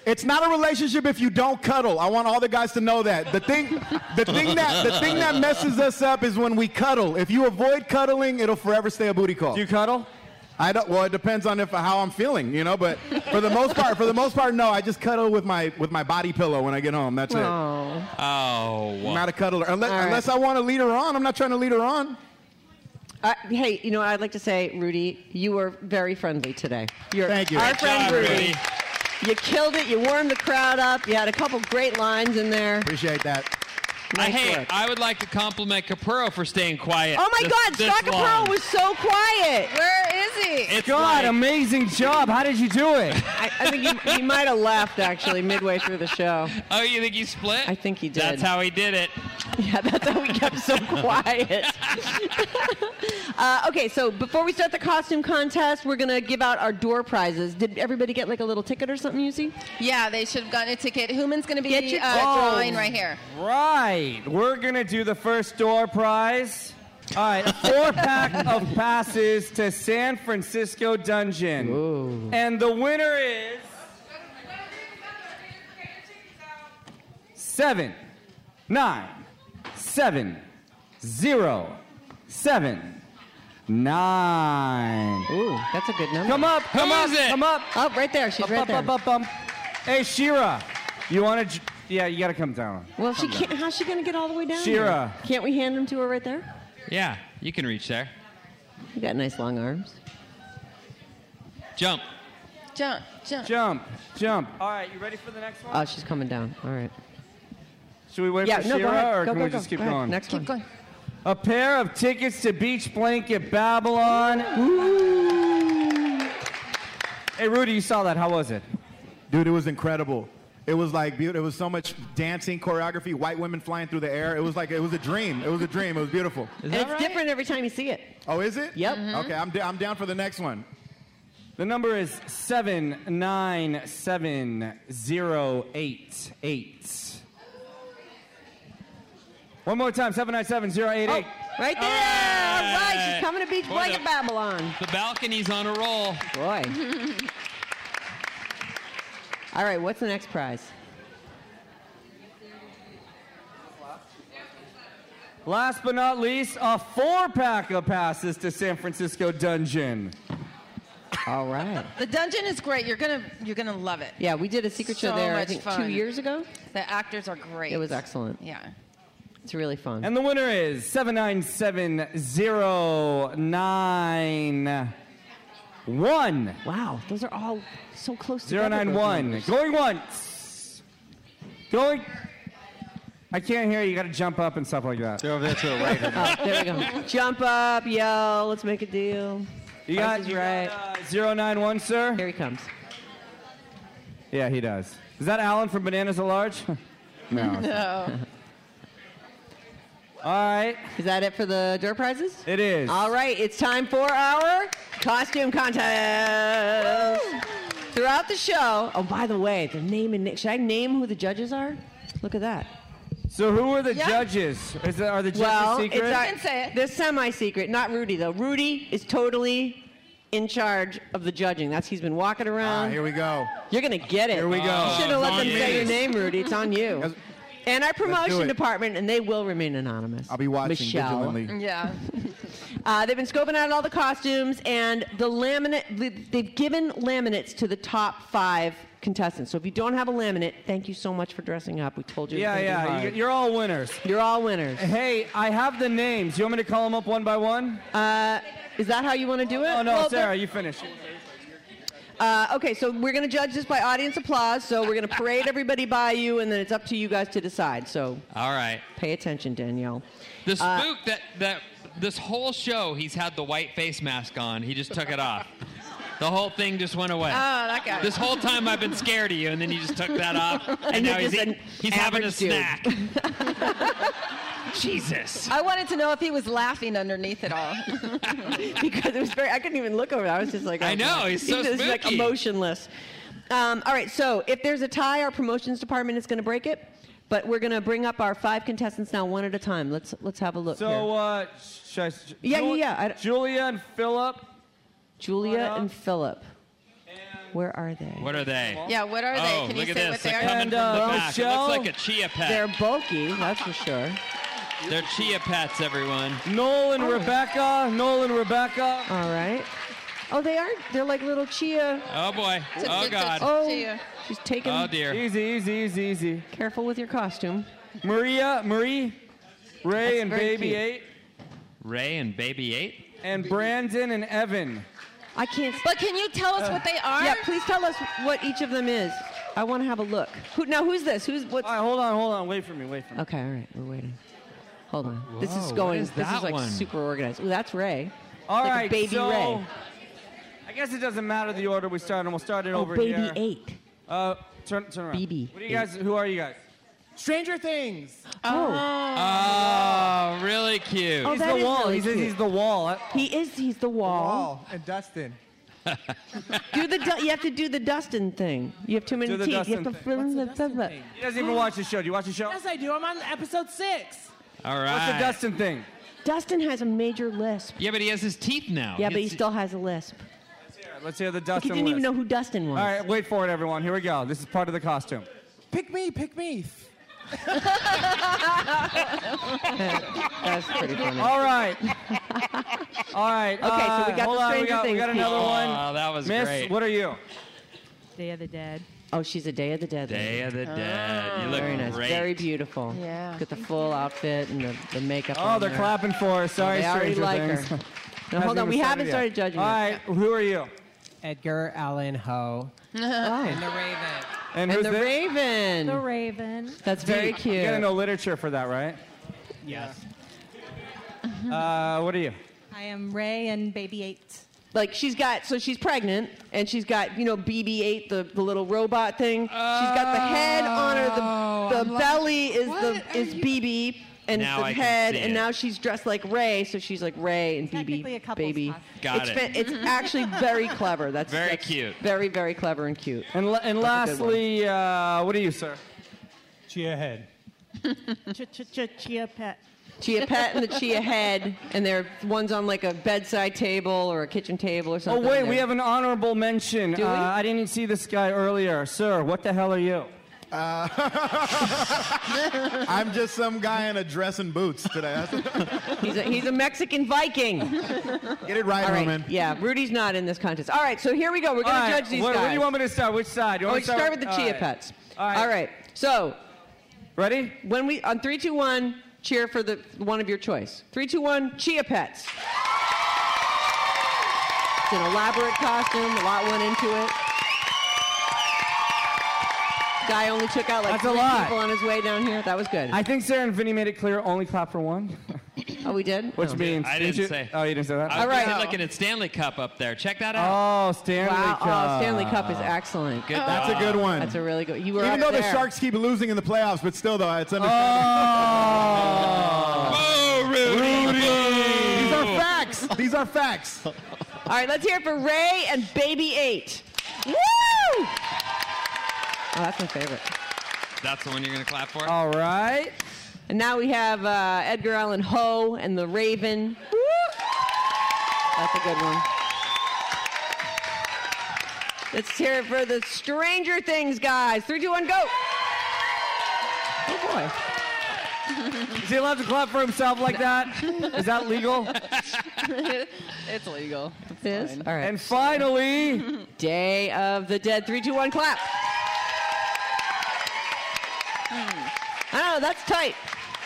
[SPEAKER 3] It's not a relationship if you don't cuddle. I want all the guys to know that. The thing, the thing that the thing that messes us up is when we cuddle. If you avoid cuddling, it'll forever stay a booty call. Do you
[SPEAKER 2] cuddle?
[SPEAKER 3] I don't. Well, it depends on if how I'm feeling, you know. But for the most part, for the most part, no. I just cuddle with my with my body pillow when I get home. That's it.
[SPEAKER 5] Oh.
[SPEAKER 3] I'm not a cuddler. Unless,
[SPEAKER 6] All right.
[SPEAKER 3] unless I want to lead her on. I'm not trying to lead her on.
[SPEAKER 6] Uh, hey, you know what I'd like to say, Rudy? You were very friendly today. You're
[SPEAKER 3] Thank you.
[SPEAKER 6] Our
[SPEAKER 3] Good
[SPEAKER 6] friend
[SPEAKER 3] job,
[SPEAKER 6] Rudy.
[SPEAKER 3] Rudy.
[SPEAKER 6] You killed it. You warmed the crowd up. You had a couple great lines in there.
[SPEAKER 3] Appreciate that.
[SPEAKER 6] Nice
[SPEAKER 5] hey,
[SPEAKER 6] work.
[SPEAKER 5] I would like to compliment Capurro for staying quiet.
[SPEAKER 6] Oh my
[SPEAKER 5] this-
[SPEAKER 6] God,
[SPEAKER 5] this
[SPEAKER 6] Scott Capurro
[SPEAKER 5] long.
[SPEAKER 6] was so quiet.
[SPEAKER 4] Where is he?
[SPEAKER 5] It's
[SPEAKER 2] God,
[SPEAKER 5] like-
[SPEAKER 2] amazing job. How did you do it?
[SPEAKER 6] I, I think you, you might have laughed actually midway through the show.
[SPEAKER 5] Oh, you think he split?
[SPEAKER 6] I think he did.
[SPEAKER 5] That's how he did it.
[SPEAKER 6] Yeah, that's how we kept so quiet. uh, okay, so before we start the costume contest, we're gonna give out our door prizes. Did everybody get like a little ticket or something, Yuzi?
[SPEAKER 4] Yeah, they should have gotten a ticket. Human's going to be
[SPEAKER 6] Get your
[SPEAKER 4] uh,
[SPEAKER 6] tickets.
[SPEAKER 4] drawing right here.
[SPEAKER 2] Right. We're going to do the first door prize. All right, a four pack of passes to San Francisco Dungeon. And the winner is. Seven, nine, seven, zero, seven, nine.
[SPEAKER 6] Ooh, that's a good number.
[SPEAKER 2] Come up, come
[SPEAKER 6] Who
[SPEAKER 2] up,
[SPEAKER 6] is it?
[SPEAKER 2] come up.
[SPEAKER 6] Up right there. She's
[SPEAKER 2] up,
[SPEAKER 6] right
[SPEAKER 2] up,
[SPEAKER 6] there.
[SPEAKER 2] Up, up, up. Hey, Shira, you want to? Yeah, you got to come down.
[SPEAKER 6] Well, she
[SPEAKER 2] Come down.
[SPEAKER 6] can't. How's she gonna get all the way down?
[SPEAKER 2] Shira.
[SPEAKER 6] there? Can't we hand them to her right there?
[SPEAKER 5] Yeah, you can reach there.
[SPEAKER 6] You got nice long arms.
[SPEAKER 5] Jump.
[SPEAKER 4] Jump, jump.
[SPEAKER 2] Jump, jump. All right, you ready for the next one?
[SPEAKER 6] Oh, she's coming down. All right.
[SPEAKER 2] Should we wait
[SPEAKER 6] Yeah,
[SPEAKER 2] for
[SPEAKER 6] no, go
[SPEAKER 2] Shira,
[SPEAKER 6] ahead.
[SPEAKER 2] or
[SPEAKER 6] Go,
[SPEAKER 2] can
[SPEAKER 6] go,
[SPEAKER 2] we
[SPEAKER 6] go.
[SPEAKER 2] just keep
[SPEAKER 6] Go ahead.
[SPEAKER 2] going?
[SPEAKER 6] Next Keep one. going.
[SPEAKER 2] A pair of tickets to Beach Blanket Babylon. Hey, Rudy, you saw that. How was it?
[SPEAKER 3] Dude, it was incredible. It was like beautiful. It was so much dancing, choreography, white women flying through the air. It was like it was a dream. It was a dream. It was beautiful.
[SPEAKER 6] And it's different every time you see it.
[SPEAKER 3] Oh, is it?
[SPEAKER 6] Yep. Mhm.
[SPEAKER 3] Okay, I'm, d- I'm down for the next one.
[SPEAKER 2] The number is seven nine seven zero eight eight. One more time, seven nine seven zero eight eight.
[SPEAKER 6] Oh, Right there. All right. She's coming to Beach
[SPEAKER 5] Boy, the-
[SPEAKER 6] Blanket Babylon.
[SPEAKER 5] The balcony's on a roll.
[SPEAKER 6] Boy. All right. What's the next prize?
[SPEAKER 2] Last but not least, a four pack of passes to San Francisco Dungeon.
[SPEAKER 6] All right.
[SPEAKER 4] The dungeon is great. You're gonna you're gonna love it.
[SPEAKER 6] Yeah, we did a secret show
[SPEAKER 4] So
[SPEAKER 6] there. I
[SPEAKER 4] much
[SPEAKER 6] think two
[SPEAKER 4] fun.
[SPEAKER 6] years ago.
[SPEAKER 4] The actors are great.
[SPEAKER 6] It was excellent.
[SPEAKER 4] Yeah.
[SPEAKER 6] It's really fun.
[SPEAKER 2] And the winner is 797091.
[SPEAKER 6] Wow, those are all so close
[SPEAKER 2] Zero
[SPEAKER 6] together.
[SPEAKER 2] nine
[SPEAKER 6] those
[SPEAKER 2] one.
[SPEAKER 6] numbers.
[SPEAKER 2] Going once. Going. I can't hear you. You got to jump up and stuff like that.
[SPEAKER 10] They're over there to the
[SPEAKER 6] Oh, there we go. Jump up, yell. Let's make a deal.
[SPEAKER 2] You got,
[SPEAKER 6] Price is
[SPEAKER 2] you
[SPEAKER 6] right.
[SPEAKER 2] got uh, 091, sir? Here
[SPEAKER 6] he comes.
[SPEAKER 2] Yeah, he does. Is that Alan from Bananas a Large? no.
[SPEAKER 4] No.
[SPEAKER 2] All right.
[SPEAKER 6] Is that it for the door prizes?
[SPEAKER 2] It is.
[SPEAKER 6] All right, it's time for our costume contest. Throughout the show. Oh, by the way, the name and nick. Should I name who the judges are? Look at that.
[SPEAKER 2] So who are the
[SPEAKER 6] Yeah.
[SPEAKER 2] judges? Is it, are the judges
[SPEAKER 6] well,
[SPEAKER 2] secret?
[SPEAKER 6] it's our, they're semi-secret. Not Rudy though. Rudy is totally in charge of the judging. That's he's been walking around.
[SPEAKER 3] Ah, here we go.
[SPEAKER 6] You're gonna get it.
[SPEAKER 3] Here we go.
[SPEAKER 6] You shouldn't have
[SPEAKER 3] It's
[SPEAKER 6] let
[SPEAKER 3] on
[SPEAKER 6] them
[SPEAKER 3] me.
[SPEAKER 6] say your name, Rudy. It's on you. And our promotion
[SPEAKER 3] it.
[SPEAKER 6] department, and they will remain anonymous. I'll
[SPEAKER 3] be watching
[SPEAKER 6] Michelle.
[SPEAKER 3] vigilantly.
[SPEAKER 4] Yeah.
[SPEAKER 6] Uh, they've been scoping out all the costumes, and the laminate, they've given laminates to the top five contestants. So if you don't have a laminate, thank you so much for dressing up. We told you. it was
[SPEAKER 2] yeah,
[SPEAKER 6] gonna be
[SPEAKER 2] yeah.
[SPEAKER 6] hard.
[SPEAKER 2] you- You're all winners.
[SPEAKER 6] You're all winners.
[SPEAKER 2] Hey, I have the names. You want me to call them up one by one?
[SPEAKER 6] Uh, is that how you want to do it?
[SPEAKER 2] Oh no,
[SPEAKER 6] Well,
[SPEAKER 2] Sarah,
[SPEAKER 6] but-
[SPEAKER 2] you finish.
[SPEAKER 6] Uh, okay, so we're going to judge this by audience applause. So we're going to parade everybody by you, and then it's up to you guys to decide. So
[SPEAKER 5] All right.
[SPEAKER 6] pay attention, Danielle.
[SPEAKER 5] The spook
[SPEAKER 6] Uh,
[SPEAKER 5] that that this whole show he's had the white face mask on. He just took it off. The whole thing just went away.
[SPEAKER 6] Oh, that guy.
[SPEAKER 5] This whole time I've been scared of you, and then you just took that off, and,
[SPEAKER 6] And
[SPEAKER 5] now
[SPEAKER 6] you're
[SPEAKER 5] he's,
[SPEAKER 6] just
[SPEAKER 5] eat-
[SPEAKER 6] an
[SPEAKER 5] he's having a
[SPEAKER 6] average dude.
[SPEAKER 5] snack. Jesus.
[SPEAKER 15] I wanted to know if he was laughing underneath it all.
[SPEAKER 6] because it was very, I couldn't even look over. I was just like,
[SPEAKER 5] I know,
[SPEAKER 6] God.
[SPEAKER 5] he's so
[SPEAKER 6] just like
[SPEAKER 5] spooky.
[SPEAKER 6] emotionless. Um, all right, so if there's a tie, our promotions department is going to break it, but we're going to bring up our five contestants now, one at a time. Let's let's have a look.
[SPEAKER 2] So, uh, should I, s-
[SPEAKER 6] Yeah,
[SPEAKER 2] Jul-
[SPEAKER 6] yeah, yeah,
[SPEAKER 2] Julia and Philip.
[SPEAKER 6] Julia and Philip, where are they?
[SPEAKER 5] What are they?
[SPEAKER 4] Yeah, what are they?
[SPEAKER 5] Oh,
[SPEAKER 4] Can you
[SPEAKER 5] look at
[SPEAKER 4] say
[SPEAKER 5] this.
[SPEAKER 4] what
[SPEAKER 5] They're
[SPEAKER 4] they are?
[SPEAKER 5] coming
[SPEAKER 4] And,
[SPEAKER 5] from
[SPEAKER 4] uh,
[SPEAKER 5] the back.
[SPEAKER 2] Rochelle,
[SPEAKER 5] it looks like a chia pet.
[SPEAKER 6] They're bulky, that's for sure.
[SPEAKER 5] They're chia pets, everyone.
[SPEAKER 2] Noel and Rebecca. Noel and Rebecca.
[SPEAKER 6] Oh. All right. Oh, they are. They're like little chia.
[SPEAKER 5] Oh boy. Oh God.
[SPEAKER 6] Oh, she's taking.
[SPEAKER 5] Oh, dear.
[SPEAKER 2] Easy, easy, easy, easy.
[SPEAKER 6] Careful with your costume.
[SPEAKER 2] Maria, Marie, Ray,
[SPEAKER 5] That's
[SPEAKER 2] and
[SPEAKER 5] very
[SPEAKER 2] Baby
[SPEAKER 5] cute.
[SPEAKER 2] Eight,
[SPEAKER 5] Ray and Baby Eight.
[SPEAKER 2] and Brandon and Evan.
[SPEAKER 6] I can't. Uh,
[SPEAKER 4] But can you tell us what they are?
[SPEAKER 6] Yeah, please tell us what each of them is. I want to have a look. Who, now, who's this? Who's what?
[SPEAKER 2] All right, hold on, hold on. Wait for me. Wait for me.
[SPEAKER 6] Okay, all right, we're waiting. Hold on. this
[SPEAKER 2] Whoa,
[SPEAKER 6] is
[SPEAKER 2] what
[SPEAKER 6] going.
[SPEAKER 2] is
[SPEAKER 6] this
[SPEAKER 2] that
[SPEAKER 6] is like
[SPEAKER 2] one?
[SPEAKER 6] super organized. Ooh, that's Ray.
[SPEAKER 2] All
[SPEAKER 6] Like a
[SPEAKER 2] right,
[SPEAKER 6] baby
[SPEAKER 2] so
[SPEAKER 6] Ray.
[SPEAKER 2] I guess it doesn't matter the order we started. We'll start it
[SPEAKER 6] Oh,
[SPEAKER 2] over
[SPEAKER 6] baby
[SPEAKER 2] here.
[SPEAKER 6] eight.
[SPEAKER 2] Uh, turn, turn around.
[SPEAKER 6] BB
[SPEAKER 2] What do you guys? Who are you guys? Stranger Things.
[SPEAKER 5] Oh, really cute.
[SPEAKER 2] he's the wall. he's, he's the wall. I-
[SPEAKER 6] He is. He's the wall.
[SPEAKER 16] and Dustin.
[SPEAKER 6] do the. Du- you have to do the Dustin thing. You have too many
[SPEAKER 2] Do the
[SPEAKER 6] teeth.
[SPEAKER 2] Dustin
[SPEAKER 6] you have to
[SPEAKER 2] thing.
[SPEAKER 6] What's the Dustin thing?
[SPEAKER 2] He doesn't even watch the show. Do you watch the show?
[SPEAKER 16] Yes, I do. I'm on episode six.
[SPEAKER 5] All right.
[SPEAKER 2] What's the Dustin thing?
[SPEAKER 6] Dustin has a major lisp.
[SPEAKER 5] Yeah, but he has his teeth now.
[SPEAKER 6] yeah, but he
[SPEAKER 5] It's-
[SPEAKER 6] still has a lisp.
[SPEAKER 2] All right, let's hear the
[SPEAKER 6] Like he
[SPEAKER 2] Dustin.
[SPEAKER 6] didn't
[SPEAKER 2] list.
[SPEAKER 6] even know who Dustin was.
[SPEAKER 2] All right, wait for it, everyone. Here we go. This is part of the costume.
[SPEAKER 16] Pick me, pick me.
[SPEAKER 6] That's pretty funny.
[SPEAKER 2] All right. All right.
[SPEAKER 6] Okay, so we
[SPEAKER 2] uh,
[SPEAKER 6] got the
[SPEAKER 2] hold on, we
[SPEAKER 6] Stranger
[SPEAKER 2] got, we
[SPEAKER 6] Things
[SPEAKER 2] got another
[SPEAKER 6] people.
[SPEAKER 2] one.
[SPEAKER 6] Aw, that was
[SPEAKER 2] Miss,
[SPEAKER 6] great.
[SPEAKER 2] what are you?
[SPEAKER 9] Day of the Dead.
[SPEAKER 6] Oh, she's a Day of the Dead.
[SPEAKER 5] Day of the Dead. You look
[SPEAKER 6] Very nice.
[SPEAKER 5] great.
[SPEAKER 6] Very beautiful.
[SPEAKER 9] Yeah.
[SPEAKER 6] Got the full outfit and the, the makeup.
[SPEAKER 2] Oh,
[SPEAKER 6] on
[SPEAKER 2] they're
[SPEAKER 6] there.
[SPEAKER 2] clapping for us.
[SPEAKER 6] Oh,
[SPEAKER 2] Sorry,
[SPEAKER 6] they already
[SPEAKER 2] Stranger
[SPEAKER 6] like
[SPEAKER 2] Things.
[SPEAKER 6] her. No, hold
[SPEAKER 2] Hasn't
[SPEAKER 6] on. We
[SPEAKER 2] even
[SPEAKER 6] haven't
[SPEAKER 2] yet.
[SPEAKER 6] started judging.
[SPEAKER 2] All
[SPEAKER 6] yet.
[SPEAKER 2] right, who are you?
[SPEAKER 16] Edgar Allan Ho.
[SPEAKER 6] Oh.
[SPEAKER 16] The Raven.
[SPEAKER 2] And,
[SPEAKER 6] And
[SPEAKER 2] who's
[SPEAKER 6] the
[SPEAKER 2] this?
[SPEAKER 6] Raven.
[SPEAKER 8] The Raven.
[SPEAKER 6] That's very
[SPEAKER 2] Deep. You gotta
[SPEAKER 6] cute.
[SPEAKER 2] know literature for that, right?
[SPEAKER 16] Yes.
[SPEAKER 2] Uh, what are you?
[SPEAKER 8] I am Ray and Baby Eight.
[SPEAKER 6] Like she's got, so she's pregnant, and she's got, you know, BB-8, the, the little robot thing. She's got the head on
[SPEAKER 2] Oh,
[SPEAKER 6] her. The, the belly is the is BB, and
[SPEAKER 5] Now
[SPEAKER 6] the
[SPEAKER 5] I can
[SPEAKER 6] head,
[SPEAKER 5] see
[SPEAKER 6] and
[SPEAKER 5] it.
[SPEAKER 6] now she's dressed like Ray, so she's like Ray and
[SPEAKER 8] Technically a
[SPEAKER 6] BB,
[SPEAKER 8] couple's
[SPEAKER 6] baby.
[SPEAKER 8] costume.
[SPEAKER 5] Got
[SPEAKER 6] it's
[SPEAKER 5] it.
[SPEAKER 6] fan- it's actually very clever. That's
[SPEAKER 5] Very
[SPEAKER 6] that's
[SPEAKER 5] cute.
[SPEAKER 6] Very very clever and cute.
[SPEAKER 2] And, la- and
[SPEAKER 6] That's a good one.
[SPEAKER 2] lastly, uh, what are you, sir?
[SPEAKER 16] Chia Head.
[SPEAKER 14] Chia pet.
[SPEAKER 6] Chia pet and the chia head, and they're one's on like a bedside table or a kitchen table or
[SPEAKER 2] Oh
[SPEAKER 6] something.
[SPEAKER 2] wait, we
[SPEAKER 6] They're-
[SPEAKER 2] have an honorable mention.
[SPEAKER 6] Do we?
[SPEAKER 2] Uh, I didn't see this guy earlier, sir. What the hell are you?
[SPEAKER 3] I'm just some guy in a dress and boots today. That's-
[SPEAKER 6] He's a, he's a Mexican Viking.
[SPEAKER 3] Get it right,
[SPEAKER 6] All right.
[SPEAKER 3] Roman.
[SPEAKER 6] Yeah, Rudy's not in this contest. All right, so here we go. We're
[SPEAKER 2] All
[SPEAKER 6] going
[SPEAKER 2] right,
[SPEAKER 6] to judge these
[SPEAKER 2] where,
[SPEAKER 6] guys.
[SPEAKER 2] Where do you want me to start? Which side? You
[SPEAKER 6] oh,
[SPEAKER 2] want
[SPEAKER 6] we
[SPEAKER 2] me to
[SPEAKER 6] start with the
[SPEAKER 2] all
[SPEAKER 6] chia
[SPEAKER 2] right.
[SPEAKER 6] pets.
[SPEAKER 2] All right.
[SPEAKER 6] All right. So
[SPEAKER 2] Ready?
[SPEAKER 6] when we on three, two, one, cheer for the one of your choice. Three, two, one, chia pets. It's an elaborate costume. A lot went into it. Guy only took out like
[SPEAKER 2] That's a
[SPEAKER 6] three
[SPEAKER 2] lot.
[SPEAKER 6] people on his way down here. That was good.
[SPEAKER 2] I think Sarah and Vinny made it clear only clap for one,
[SPEAKER 6] oh, we did.
[SPEAKER 2] which
[SPEAKER 6] No.
[SPEAKER 2] means
[SPEAKER 5] I
[SPEAKER 2] did
[SPEAKER 5] didn't
[SPEAKER 2] you-
[SPEAKER 5] say.
[SPEAKER 2] Oh, you didn't say that.
[SPEAKER 5] I was
[SPEAKER 6] All right.
[SPEAKER 5] busy looking at Stanley Cup up there. Check that out.
[SPEAKER 2] Oh, Stanley
[SPEAKER 6] Wow.
[SPEAKER 2] Cup.
[SPEAKER 6] Oh, Stanley Cup is excellent.
[SPEAKER 5] Good
[SPEAKER 3] That's a good one.
[SPEAKER 6] Uh, That's a really good. You were
[SPEAKER 3] Even
[SPEAKER 6] up
[SPEAKER 3] though the
[SPEAKER 6] there.
[SPEAKER 3] Sharks keep losing in the playoffs, but still, though, it's
[SPEAKER 2] Oh.
[SPEAKER 3] understandable.
[SPEAKER 5] Oh, Rudy.
[SPEAKER 3] These are facts. These are facts.
[SPEAKER 6] All right, let's hear it for Ray and Baby Eight. Woo! Oh, that's my favorite.
[SPEAKER 2] Oh.
[SPEAKER 5] That's the one you're gonna clap for.
[SPEAKER 2] All right.
[SPEAKER 6] And now we have uh, Edgar Allan Poe and the Raven. Woo! That's a good one. Let's hear it for the Stranger Things guys. Three, two, one, go! Oh boy.
[SPEAKER 2] Is he allowed to clap for himself like that? Is that legal?
[SPEAKER 4] it's legal.
[SPEAKER 6] This? All right.
[SPEAKER 2] And finally,
[SPEAKER 6] Day of the Dead. Three, two, one, clap. Hmm. I don't know. That's tight.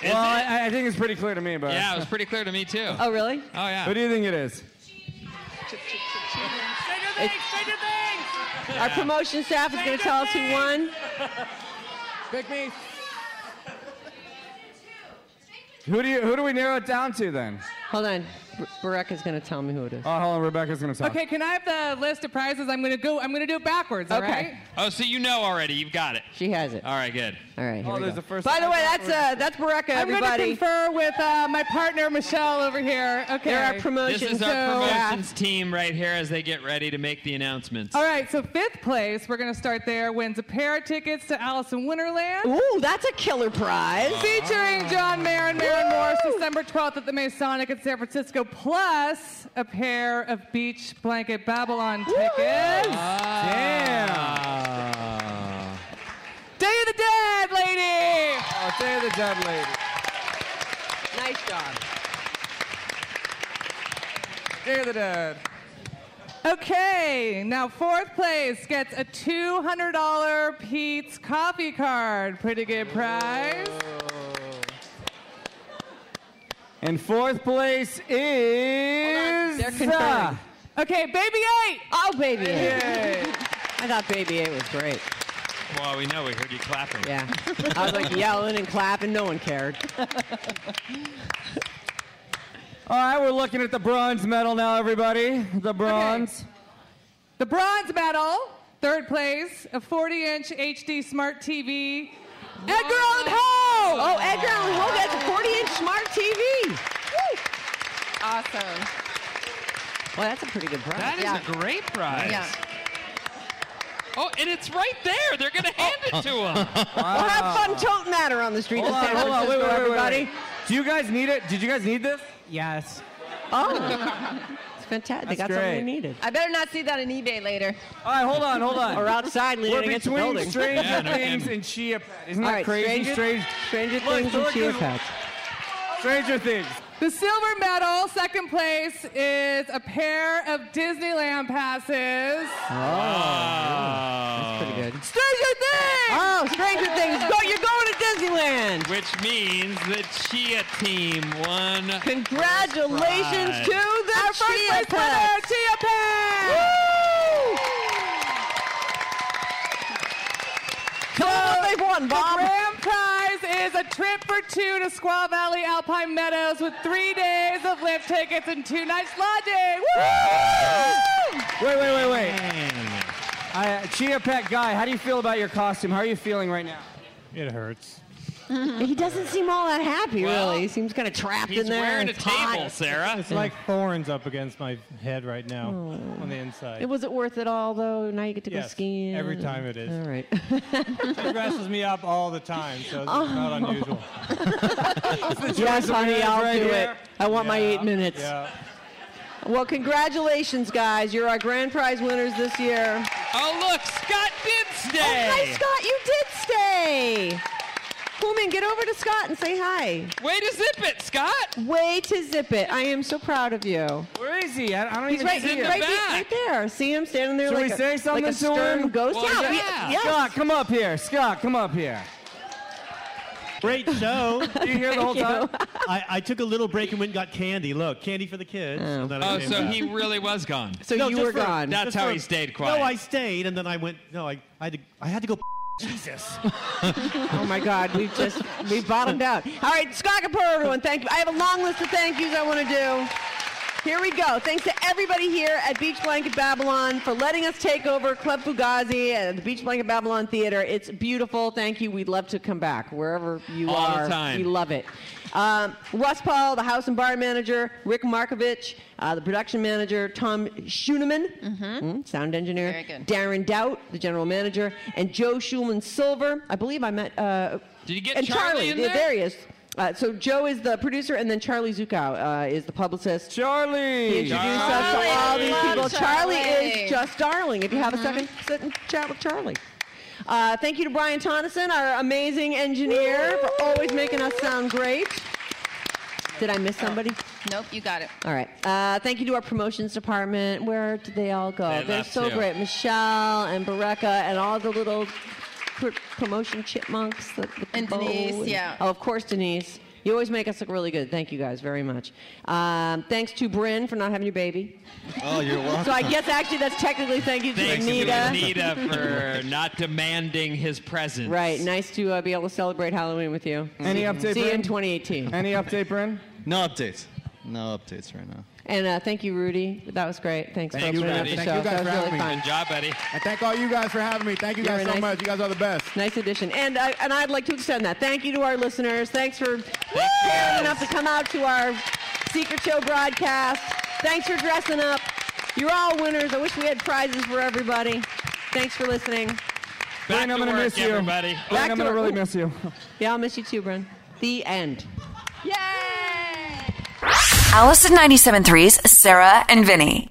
[SPEAKER 5] Is
[SPEAKER 2] well,
[SPEAKER 5] it?
[SPEAKER 2] I, I think it's pretty clear to me, but
[SPEAKER 5] yeah, it was pretty clear to me too. Oh,
[SPEAKER 6] Oh, really?
[SPEAKER 5] yeah.
[SPEAKER 2] What do you think it is?
[SPEAKER 6] It's-
[SPEAKER 16] Stranger Things!
[SPEAKER 6] Our promotion staff is going to tell us who won.
[SPEAKER 2] Pick me. Who do you? Who do we narrow it down to then?
[SPEAKER 6] Hold on. Rebecca's going to tell me who it is.
[SPEAKER 2] Oh, hold on. Rebecca's gonna talk.
[SPEAKER 17] Okay, can I have the list of prizes? I'm gonna go. I'm gonna do it backwards. All right.
[SPEAKER 5] Oh, so you know already. You've got it.
[SPEAKER 6] She has it.
[SPEAKER 5] All right, good.
[SPEAKER 6] All right.
[SPEAKER 5] here
[SPEAKER 2] Oh, we there's go. the first
[SPEAKER 6] By the way, that's uh, that's Baraka,
[SPEAKER 17] I'm gonna
[SPEAKER 6] everybody.
[SPEAKER 17] confer with uh, my partner Michelle over here. Okay.
[SPEAKER 6] They're our
[SPEAKER 5] This is our
[SPEAKER 17] So-
[SPEAKER 5] promotions team right here as they get ready to make the announcements.
[SPEAKER 17] All right, so fifth place, we're going to start there, wins a pair of tickets to Alice in Wonderland.
[SPEAKER 6] Ooh, that's a killer prize.
[SPEAKER 17] Featuring John Mayer and Marin Morris, December 12th at the Masonic in San Francisco, plus a pair of Beach Blanket Babylon tickets.
[SPEAKER 6] Uh,
[SPEAKER 2] Damn.
[SPEAKER 17] Day of the Dead, lady!
[SPEAKER 2] Oh, Day of the Dead lady.
[SPEAKER 6] Nice job.
[SPEAKER 2] Day of the Dead.
[SPEAKER 17] Okay, now fourth place gets a $200 Pete's coffee card. Pretty good prize.
[SPEAKER 2] And fourth place is.
[SPEAKER 6] They're conferring.
[SPEAKER 17] Okay, baby eight.
[SPEAKER 6] Oh, baby
[SPEAKER 2] Yay.
[SPEAKER 6] eight. I thought baby eight was great.
[SPEAKER 5] Well, we know. We heard you clapping.
[SPEAKER 6] Yeah. I was like yelling and clapping. No one cared.
[SPEAKER 2] All right, we're looking at the bronze medal now, everybody. The bronze.
[SPEAKER 17] The bronze medal, third place, a 40 inch HD smart TV. Edgar Allan Poe!
[SPEAKER 6] Oh, Edgar Allan Poe gets a 40 inch smart TV.
[SPEAKER 4] Awesome.
[SPEAKER 6] Well, that's a pretty good prize.
[SPEAKER 5] That is a great prize.
[SPEAKER 6] Yeah.
[SPEAKER 5] Oh, and it's right there. They're going to hand it to him.
[SPEAKER 6] We'll have fun toting matter on the street
[SPEAKER 2] Hold
[SPEAKER 6] in
[SPEAKER 2] on,
[SPEAKER 6] San
[SPEAKER 2] hold on, wait, wait,
[SPEAKER 6] Francisco,
[SPEAKER 2] wait, wait,
[SPEAKER 6] everybody.
[SPEAKER 2] wait. Do you guys need it? Did you guys need this?
[SPEAKER 16] Yes.
[SPEAKER 6] Oh, it's
[SPEAKER 2] That's
[SPEAKER 6] fantastic. they got something
[SPEAKER 2] great.
[SPEAKER 6] we needed.
[SPEAKER 4] I better not see that on eBay later.
[SPEAKER 2] All right, hold on, hold on.
[SPEAKER 6] Or outside leaning
[SPEAKER 2] We're
[SPEAKER 6] against the
[SPEAKER 2] between
[SPEAKER 6] building.
[SPEAKER 2] Stranger
[SPEAKER 6] Yeah, no
[SPEAKER 2] Things
[SPEAKER 6] kidding.
[SPEAKER 2] and Chia Pet. Isn't
[SPEAKER 6] All
[SPEAKER 2] that
[SPEAKER 6] right,
[SPEAKER 2] crazy?
[SPEAKER 6] Stranger- Stranger
[SPEAKER 2] Look,
[SPEAKER 6] Things and
[SPEAKER 2] look,
[SPEAKER 6] Chia
[SPEAKER 2] look.
[SPEAKER 6] Pet.
[SPEAKER 2] Stranger Things.
[SPEAKER 17] The silver medal, second place, is a pair of Disneyland passes.
[SPEAKER 5] Oh. Wow. That's pretty good.
[SPEAKER 17] Stranger Things!
[SPEAKER 6] Oh, Stranger Things. Go, you're going to Disneyland.
[SPEAKER 5] Which means the Chia team won.
[SPEAKER 6] Congratulations
[SPEAKER 5] first prize.
[SPEAKER 6] to the
[SPEAKER 17] Our first
[SPEAKER 6] Chia
[SPEAKER 17] place winner,
[SPEAKER 6] Pets.
[SPEAKER 17] Chia
[SPEAKER 5] Oh,
[SPEAKER 17] Pet!
[SPEAKER 6] Woo! Tell them what they've won,
[SPEAKER 17] The
[SPEAKER 6] Bob.
[SPEAKER 17] grand prize is a trip for two to Squaw Valley Alpine Meadows with three days of lift tickets and two nights lodging. Woo!
[SPEAKER 2] Wait, wait, wait, wait. I, uh, Chia Pet guy, how do you feel about your costume? How are you feeling right now?
[SPEAKER 16] It hurts.
[SPEAKER 6] He doesn't seem all that happy,
[SPEAKER 5] Well,
[SPEAKER 6] really. He seems kind of trapped in there. It's hot.
[SPEAKER 5] table, Sarah.
[SPEAKER 16] It's like thorns up against my head right now on the inside.
[SPEAKER 6] Oh. It was it worth it all though? Now you get to go
[SPEAKER 16] Yes,
[SPEAKER 6] skiing.
[SPEAKER 16] every time it is.
[SPEAKER 6] All right.
[SPEAKER 16] It dresses me up all the time, so it's not unusual.
[SPEAKER 6] yes, honey,
[SPEAKER 16] Yes,
[SPEAKER 6] I'll
[SPEAKER 16] right
[SPEAKER 6] do
[SPEAKER 16] here.
[SPEAKER 6] it. I want my
[SPEAKER 16] Yeah,
[SPEAKER 6] eight minutes.
[SPEAKER 16] Yeah.
[SPEAKER 6] Well, congratulations, guys. You're our grand prize winners this year.
[SPEAKER 5] Oh, look, Scott did stay.
[SPEAKER 6] Oh, hi, Scott. You did stay. Pullman, get over to Scott and say hi.
[SPEAKER 5] Way to zip it, Scott.
[SPEAKER 6] Way to zip it. I am so proud of you.
[SPEAKER 2] Where is he? I, I don't
[SPEAKER 6] He's
[SPEAKER 2] even
[SPEAKER 6] right,
[SPEAKER 2] see
[SPEAKER 6] right,
[SPEAKER 2] him.
[SPEAKER 6] be- right there. See him standing there
[SPEAKER 2] Should
[SPEAKER 6] like
[SPEAKER 2] we
[SPEAKER 6] a,
[SPEAKER 2] say something
[SPEAKER 6] like a
[SPEAKER 2] to
[SPEAKER 6] stern
[SPEAKER 2] him?
[SPEAKER 6] ghost.
[SPEAKER 5] Well,
[SPEAKER 6] yeah,
[SPEAKER 5] yeah.
[SPEAKER 6] we- yes.
[SPEAKER 2] Scott, come up here. Scott, come up here.
[SPEAKER 18] Great show.
[SPEAKER 2] Were you here the whole time?
[SPEAKER 18] I, I took a little break and went and got candy. Look, candy for the kids. and then I
[SPEAKER 5] Oh,
[SPEAKER 18] came
[SPEAKER 5] so
[SPEAKER 18] back.
[SPEAKER 5] he really was gone.
[SPEAKER 6] So
[SPEAKER 18] No,
[SPEAKER 6] you
[SPEAKER 18] just
[SPEAKER 6] were
[SPEAKER 18] for-
[SPEAKER 6] gone.
[SPEAKER 5] That's
[SPEAKER 18] just
[SPEAKER 5] how
[SPEAKER 18] for-
[SPEAKER 5] he stayed quiet.
[SPEAKER 18] No, I stayed and then I went. No, I, I had to. I had to go. Jesus.
[SPEAKER 6] Oh my God, we've just we bottomed out. All right, Scott Kapoor, everyone, thank you. I have a long list of thank yous I want to do. Here we go. Thanks to everybody here at Beach Blanket Babylon for letting us take over Club Fugazi and the Beach Blanket Babylon Theater. It's beautiful. Thank you. We'd love to come back wherever you
[SPEAKER 5] All the
[SPEAKER 6] are.
[SPEAKER 5] time.
[SPEAKER 6] We love it. Um, Russ Paul, the house and bar manager, Rick Markovich, uh, the production manager, Tom Schuneman, Mm, sound engineer,
[SPEAKER 4] Mm-hmm. Very good.
[SPEAKER 6] Darren Doubt, the general manager, and Joe Schulman Silver. I believe I met. Uh,
[SPEAKER 5] Did you get
[SPEAKER 6] and
[SPEAKER 5] Charlie
[SPEAKER 6] Charlie?
[SPEAKER 5] in
[SPEAKER 6] yeah,
[SPEAKER 5] there?
[SPEAKER 6] there he is. Uh, so Joe is the producer, and then Charlie Zukow uh, is the publicist.
[SPEAKER 2] Charlie.
[SPEAKER 6] He introduced us
[SPEAKER 4] Charlie,
[SPEAKER 6] to all
[SPEAKER 4] we
[SPEAKER 6] these
[SPEAKER 4] love
[SPEAKER 6] people. Charlie.
[SPEAKER 4] Charlie.
[SPEAKER 6] is just darling. If you have a second,
[SPEAKER 5] Mm-hmm.
[SPEAKER 6] sit and chat with Charlie. Uh, thank you to Brian Tonneson, our amazing engineer, for always making us sound great. Did I miss somebody?
[SPEAKER 4] Nope, you got it.
[SPEAKER 6] All right. Uh, thank you to our promotions department. Where did they all go?
[SPEAKER 4] They
[SPEAKER 6] are
[SPEAKER 4] left
[SPEAKER 6] so
[SPEAKER 4] too.
[SPEAKER 6] great. Michelle and Bereka and all the little pr- promotion chipmunks. That, with the
[SPEAKER 4] And
[SPEAKER 6] bow
[SPEAKER 4] Denise, yeah.
[SPEAKER 6] Oh, of course, Denise. You always make us look really good. Thank you guys very much. Um, thanks to Bryn for not having your baby.
[SPEAKER 10] Oh, you're welcome.
[SPEAKER 6] So I guess actually that's technically thank you to
[SPEAKER 5] Thanks
[SPEAKER 6] Anita.
[SPEAKER 5] to Anita for not demanding his presence.
[SPEAKER 6] Right. Nice to uh, be able to celebrate Halloween with you.
[SPEAKER 5] Any
[SPEAKER 6] See-
[SPEAKER 5] update,
[SPEAKER 6] See you in
[SPEAKER 5] Bryn?
[SPEAKER 6] 2018.
[SPEAKER 2] Any update, Bryn?
[SPEAKER 10] No updates. No updates right now.
[SPEAKER 6] And uh, thank you, Rudy. That was great. Thanks
[SPEAKER 10] Thank
[SPEAKER 6] for
[SPEAKER 10] you,
[SPEAKER 6] opening up
[SPEAKER 10] Rudy.
[SPEAKER 6] the
[SPEAKER 10] Thank
[SPEAKER 6] show.
[SPEAKER 10] you guys
[SPEAKER 6] that was
[SPEAKER 10] for
[SPEAKER 6] really
[SPEAKER 10] having me.
[SPEAKER 6] fun.
[SPEAKER 5] Good job, buddy.
[SPEAKER 3] And thank all you guys for having me. Thank you
[SPEAKER 6] You're
[SPEAKER 3] guys
[SPEAKER 6] a
[SPEAKER 3] so
[SPEAKER 6] nice-
[SPEAKER 3] much. You guys are the best.
[SPEAKER 6] Nice addition. And I, and I'd like to extend that. Thank you to our listeners. Thanks for caring enough to come out to our secret show broadcast. Thanks for dressing up. You're all winners. I wish we had prizes for everybody. Thanks for listening.
[SPEAKER 5] Back
[SPEAKER 2] Bryn, I'm
[SPEAKER 5] to
[SPEAKER 2] gonna
[SPEAKER 5] work,
[SPEAKER 2] miss you.
[SPEAKER 5] everybody.
[SPEAKER 2] Bryn,
[SPEAKER 6] Back
[SPEAKER 2] I'm
[SPEAKER 6] to
[SPEAKER 2] gonna
[SPEAKER 6] work.
[SPEAKER 2] really
[SPEAKER 6] Ooh.
[SPEAKER 2] miss you.
[SPEAKER 6] Yeah, I'll miss you too, Bryn. The end.
[SPEAKER 9] Alice at 97.3's Sarah and Vinny.